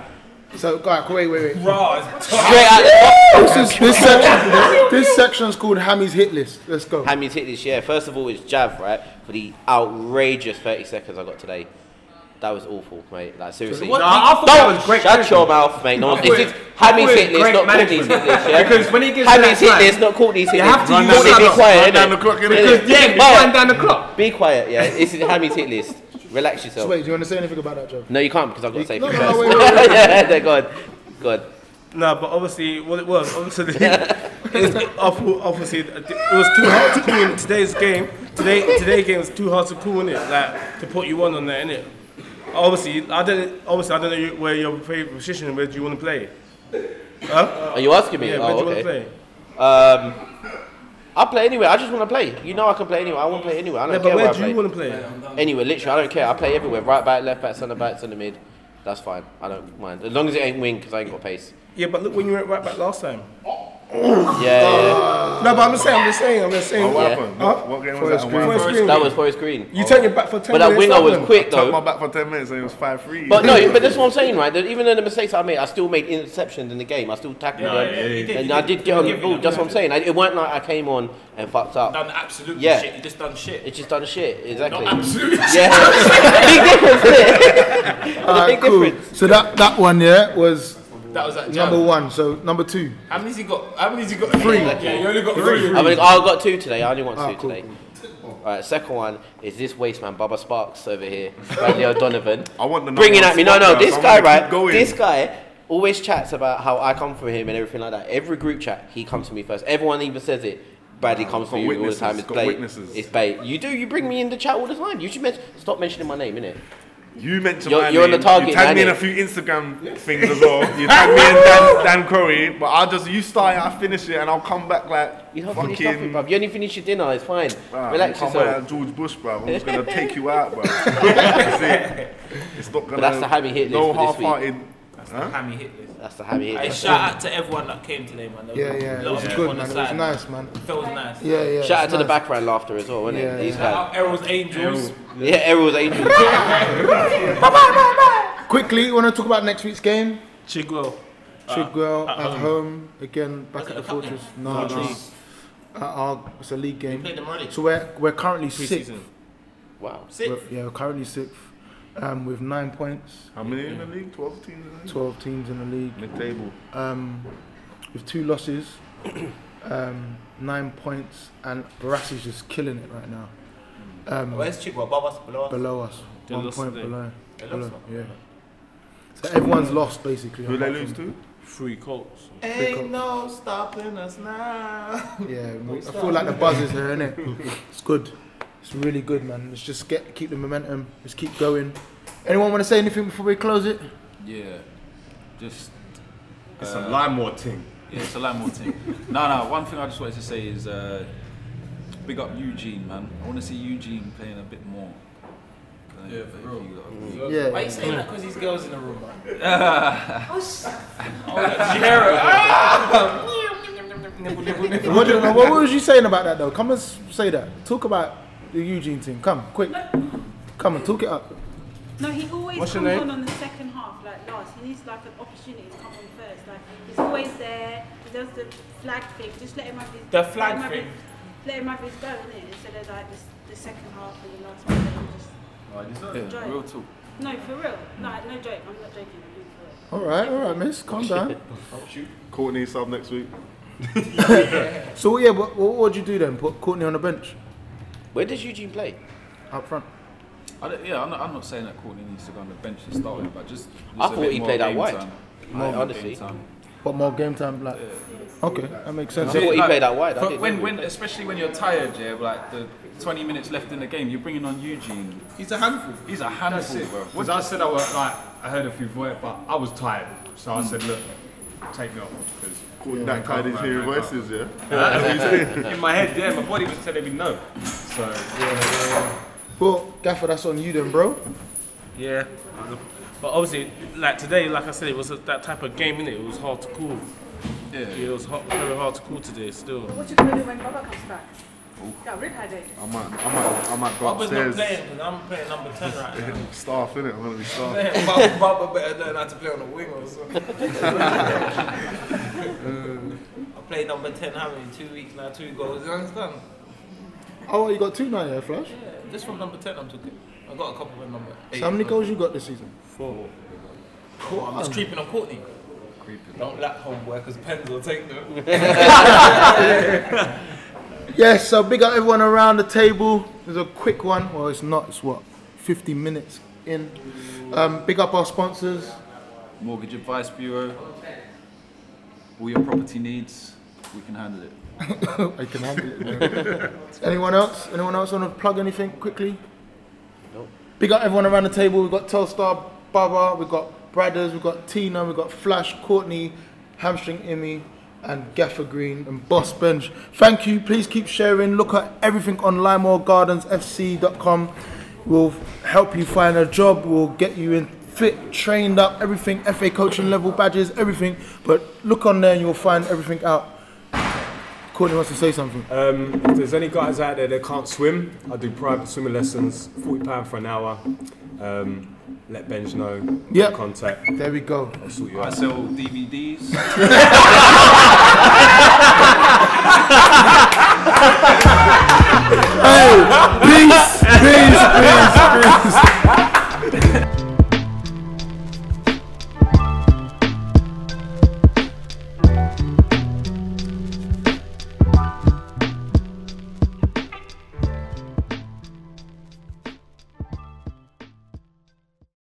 Speaker 3: So, guys, wait, wait, wait.
Speaker 1: Straight out the top.
Speaker 3: This is this section. This, this section's called Hammy's hit list. Let's go.
Speaker 1: Hammy's hit this year. First of all, it's Jav, right? For the outrageous 30 seconds I got today. That was awful, mate. Like, seriously.
Speaker 7: Nah, I thought that
Speaker 1: Don't
Speaker 7: was great.
Speaker 1: shut
Speaker 7: management.
Speaker 1: your mouth, mate. No,
Speaker 7: I
Speaker 1: this
Speaker 7: thought
Speaker 1: is
Speaker 7: it- I
Speaker 1: Hammy's
Speaker 7: thought it was
Speaker 1: hit list,
Speaker 7: great
Speaker 1: not Courtney's
Speaker 7: management.
Speaker 1: hit list, yeah?
Speaker 7: Because when he gives you
Speaker 1: Hammy's
Speaker 7: that
Speaker 1: hit
Speaker 7: time-
Speaker 1: list, not Courtney's hit
Speaker 7: You
Speaker 1: list.
Speaker 7: have to use
Speaker 1: Courtney,
Speaker 7: your
Speaker 1: be
Speaker 7: hands.
Speaker 1: quiet,
Speaker 6: down the
Speaker 1: innit?
Speaker 6: clock. innit?
Speaker 7: Because yeah, you
Speaker 1: But-
Speaker 7: ran down the clock.
Speaker 1: Be quiet, yeah? This is Hammy's hit list. Relax
Speaker 3: So
Speaker 1: yourself.
Speaker 3: wait, do you want to say anything about that, Joe?
Speaker 1: No, you can't because I've got to say
Speaker 3: No,
Speaker 1: it
Speaker 3: no, no,
Speaker 1: first.
Speaker 3: wait, wait, wait.
Speaker 1: yeah, no, go on. Go on.
Speaker 5: No, but obviously, what it was, obviously, it's awful, obviously, it was too hard to call in today's game. Today, today's game was too hard to call in it, like to put you on on there, innit? Obviously, I don't. Obviously, I don't know you- where your favorite position. Where do you want to play? Huh?
Speaker 1: Are you asking me?
Speaker 5: Yeah, where do
Speaker 1: oh,
Speaker 5: you
Speaker 1: okay.
Speaker 5: want to play?
Speaker 1: Um, I'll play anywhere. I just want to play. You know I can play anywhere. I want to play anywhere. I don't
Speaker 5: Yeah,
Speaker 1: care
Speaker 5: but where
Speaker 1: I
Speaker 5: do
Speaker 1: play.
Speaker 5: you want to play?
Speaker 1: Anywhere, literally, I don't care. I play everywhere. Right back, left back, centre back, centre mid. That's fine. I don't mind. As long as it ain't wing, because I ain't got pace.
Speaker 5: Yeah, but look when you went right back last time.
Speaker 1: Yeah, yeah,
Speaker 5: No, but I'm just saying, I'm just saying, I'm just
Speaker 6: Oh,
Speaker 5: saying.
Speaker 6: what
Speaker 1: Yeah.
Speaker 6: happened?
Speaker 5: Huh?
Speaker 6: What game
Speaker 3: Forest
Speaker 6: was that?
Speaker 5: Forest
Speaker 6: and what happened?
Speaker 5: Green.
Speaker 1: yeah. That was Forest Green.
Speaker 5: You turned your back for 10
Speaker 1: But that
Speaker 5: minutes.
Speaker 1: winger was
Speaker 5: something.
Speaker 1: quick,
Speaker 6: Tucked my
Speaker 1: though.
Speaker 6: back for 10 minutes and it was 5 3.
Speaker 1: But no, but that's what I'm saying, right? That even though the mistakes I made, I still made interceptions in the game. I still tackled them. and I did get on the ball. That's what I'm saying. I, it weren't like I came on and fucked up.
Speaker 9: Done absolute
Speaker 1: Yeah.
Speaker 9: shit. You just done shit.
Speaker 1: It's just done shit, exactly.
Speaker 9: Absolute
Speaker 1: Yeah. big difference, innit? There's a
Speaker 3: Alright,
Speaker 1: big
Speaker 3: cool.
Speaker 1: difference.
Speaker 3: So that that one, yeah, was
Speaker 9: That was that jab.
Speaker 3: number one. So number two.
Speaker 9: How many's he got? How many's he got? Three. Yeah, you only got three.
Speaker 1: I mean, Oh, I got two today. I only want two
Speaker 3: Ah,
Speaker 4: Oh,
Speaker 3: cool,
Speaker 1: today. Alright, second one is this waste man, Bubba Sparks over here, Bradley O'Donovan.
Speaker 6: I want the number
Speaker 1: Bringing
Speaker 6: one
Speaker 1: at me. No,
Speaker 6: spot
Speaker 1: no,
Speaker 6: now,
Speaker 1: this
Speaker 6: so I'm
Speaker 1: guy,
Speaker 6: gonna keep
Speaker 1: right?
Speaker 6: going.
Speaker 1: This guy always chats about how I come for him and everything like that. Every group chat, he comes to me first. Everyone even says it. Bradley comes for
Speaker 6: got
Speaker 1: you all the
Speaker 6: witnesses,
Speaker 1: time. It's
Speaker 6: got
Speaker 1: bait.
Speaker 6: witnesses.
Speaker 1: It's bait. You do. You bring me in the chat all the time. You should men- stop mentioning my name, innit?
Speaker 6: You mentioned
Speaker 1: You're-
Speaker 6: my
Speaker 1: you're on the
Speaker 6: name.
Speaker 1: target,
Speaker 6: You tagged me in
Speaker 1: man,
Speaker 6: a few Instagram things as well. You tagged me in Dan, Dan Crowley, but I'll just, you start it, I finish it, and I'll come back like
Speaker 1: You don't finish
Speaker 6: fucking.
Speaker 1: nothing, bruv. You only finish your dinner. It's fine.
Speaker 6: Bruh,
Speaker 1: Relax
Speaker 6: I'm coming
Speaker 1: yourself.
Speaker 6: at George Bush, bro. I'm just gonna take you out, bro. That's it. It's not gonna.
Speaker 1: that's the Hammy hit
Speaker 6: No
Speaker 1: list for this week.
Speaker 6: half-hearted.
Speaker 4: That's
Speaker 6: Huh?
Speaker 4: the hammy hit list.
Speaker 1: That's the Hammy hit
Speaker 4: Hey,
Speaker 1: list.
Speaker 4: shout out to everyone that came today, man. There
Speaker 3: Yeah,
Speaker 4: a
Speaker 3: yeah, it
Speaker 4: lot
Speaker 3: was
Speaker 4: of people
Speaker 3: good,
Speaker 4: on
Speaker 3: man. It
Speaker 4: The
Speaker 3: was
Speaker 4: side.
Speaker 3: nice, man.
Speaker 4: Feels nice.
Speaker 3: Yeah, yeah.
Speaker 1: Shout out
Speaker 3: it's
Speaker 1: to the
Speaker 3: nice.
Speaker 1: background laughter as well, wasn't
Speaker 3: Yeah,
Speaker 1: it? These
Speaker 4: Shout
Speaker 1: guys.
Speaker 4: out Errol's Angels.
Speaker 1: Yeah, Errol's Angels.
Speaker 3: Quickly, want to talk about next week's game?
Speaker 5: Chigwell.
Speaker 3: Chigwell at, home. again, back at the fortress. No, no.
Speaker 4: Fortress.
Speaker 3: At our, it's a league game.
Speaker 4: Played them already.
Speaker 3: So we're we're currently sixth.
Speaker 1: wow.
Speaker 4: Six.
Speaker 3: We're- yeah, we're currently sixth, um, with nine points,
Speaker 6: How many in the league? Twelve teams in the league.
Speaker 3: twelve teams in the league,
Speaker 6: Mid-table.
Speaker 3: um, with two losses, um, nine points, and Barassi is just killing it right now. Um,
Speaker 4: Where's Chigwell? Above us, below us.
Speaker 3: below us,
Speaker 5: They
Speaker 3: one
Speaker 5: lost
Speaker 3: point
Speaker 5: today.
Speaker 3: below.
Speaker 4: They
Speaker 3: below,
Speaker 4: lost one.
Speaker 3: yeah. So everyone's lost basically.
Speaker 6: Who they
Speaker 3: apart
Speaker 6: lose
Speaker 3: from-
Speaker 6: to?
Speaker 5: Three Colts.
Speaker 4: Ain't no stopping us now.
Speaker 3: Yeah, we, I feel like the buzz is here, innit? it's good. It's really good, man. Let's just get keep the momentum. Let's keep going. Anyone want to say anything before we close it?
Speaker 2: Yeah. Just uh,
Speaker 7: It's a Limeward thing.
Speaker 2: yeah, it's a lot more thing. no, no. One thing I just wanted to say is uh, big up Eugene, man. I want to see Eugene playing a bit more. Yeah, for real.
Speaker 3: Yeah.
Speaker 4: Why you saying that? Because these girls in the room, Oh, man. Ah.
Speaker 3: What, do- what was you saying about that though? Come and s- say that. Talk about the Eugene team. Come, quick. Come and talk it up.
Speaker 8: No, he always
Speaker 3: What's your
Speaker 8: comes
Speaker 3: name?
Speaker 8: on on the second half, like last. He needs like an opportunity to come on first. Like he's always there. He does the flag thing. Just let him have his.
Speaker 4: The flag
Speaker 8: let him have
Speaker 4: thing.
Speaker 8: his- Let him have his go in it instead of like the, s- the second half and the last one. Let him just enjoy
Speaker 2: Real
Speaker 8: it.
Speaker 2: talk.
Speaker 8: No, for real. No, no joke. I'm not joking. I'm being for real.
Speaker 3: All right, all right, miss. Calm down.
Speaker 6: Courtney sub next week.
Speaker 3: So yeah, what what would you do then? Put Courtney on the bench
Speaker 1: Where does Eugene play?
Speaker 3: up front.
Speaker 2: I don't, yeah, I'm not, I'm not saying that Courtney needs to go on the bench and start with, but just. just
Speaker 1: I
Speaker 2: a
Speaker 1: thought
Speaker 2: bit
Speaker 1: he
Speaker 2: more
Speaker 1: played out
Speaker 2: game
Speaker 1: wide.
Speaker 2: time.
Speaker 1: I
Speaker 2: More game
Speaker 1: honestly-
Speaker 2: time.
Speaker 3: But more game time, like. Okay, that makes
Speaker 1: I
Speaker 3: sense.
Speaker 1: thought he
Speaker 2: Like,
Speaker 1: played out wide. I
Speaker 2: but
Speaker 1: didn't
Speaker 2: when,
Speaker 1: know.
Speaker 2: when, especially when you're tired, yeah, like the 20 minutes left in the game, you're bringing on Eugene.
Speaker 7: He's a handful.
Speaker 2: He's a handful, bro.
Speaker 7: Because I said I was like, I heard a few voice, but I was tired. So I said, look, take me off. Because
Speaker 6: Courtney that tied his hearing voices, yeah.
Speaker 7: in my head, yeah, my body was telling me no. So
Speaker 3: Well, Gaffer, that's on you then, bro.
Speaker 5: Yeah. But obviously, like today, like I said, it was a, that type of game, innit? It was hard to call. Yeah. It was hard, very hard to call today still.
Speaker 8: What you gonna do when Baba comes back? That rib headache.
Speaker 6: I might, I might, I might go
Speaker 4: Bubba's not
Speaker 6: upstairs.
Speaker 4: playing because I'm playing number 10 right now.
Speaker 6: Staff, innit? I'm gonna be staff.
Speaker 4: Bubba, Bubba better learn how to play on the wing or something. I played number 10 how many? Two weeks now, two goals. You understand?
Speaker 3: Oh, you got two now, yeah, Flash.
Speaker 4: Yeah, just from number 10 I'm talking. I got a couple with number 8.
Speaker 3: So how many goals you got this season?
Speaker 4: I'm just creeping on Courtney. Don't lack homework because pens will take them.
Speaker 3: Yes, so big up everyone around the table. There's a quick one. Well, it's not. It's what 50 minutes in. Um, big up our sponsors.
Speaker 2: Mortgage Advice Bureau. All your property needs, we can handle it.
Speaker 3: I can handle it. man. Anyone else? Anyone else want to plug anything quickly? Nope. Big up everyone around the table. We've got Telstar, Baba, we've got Bradders, we've got Tina, we've got Flash, Courtney, Hamstring Immy, and Gaffer Green and Boss Bench. Thank you. Please keep sharing. Look at everything on LimeWallGardensFC.com. We'll help you find a job. We'll get you in fit, trained up, everything, FA coaching level badges, everything. But look on there and you'll find everything out. Courtney wants to say something.
Speaker 12: Um, if there's any guys out there that can't swim, I do private swimming lessons, £40 for an hour. Um, let Benj know.
Speaker 3: Yep.
Speaker 12: Contact.
Speaker 3: There we go.
Speaker 12: I'll sort you
Speaker 2: I
Speaker 12: out.
Speaker 2: sell DVDs.
Speaker 3: Hey, peace, peace, peace, peace.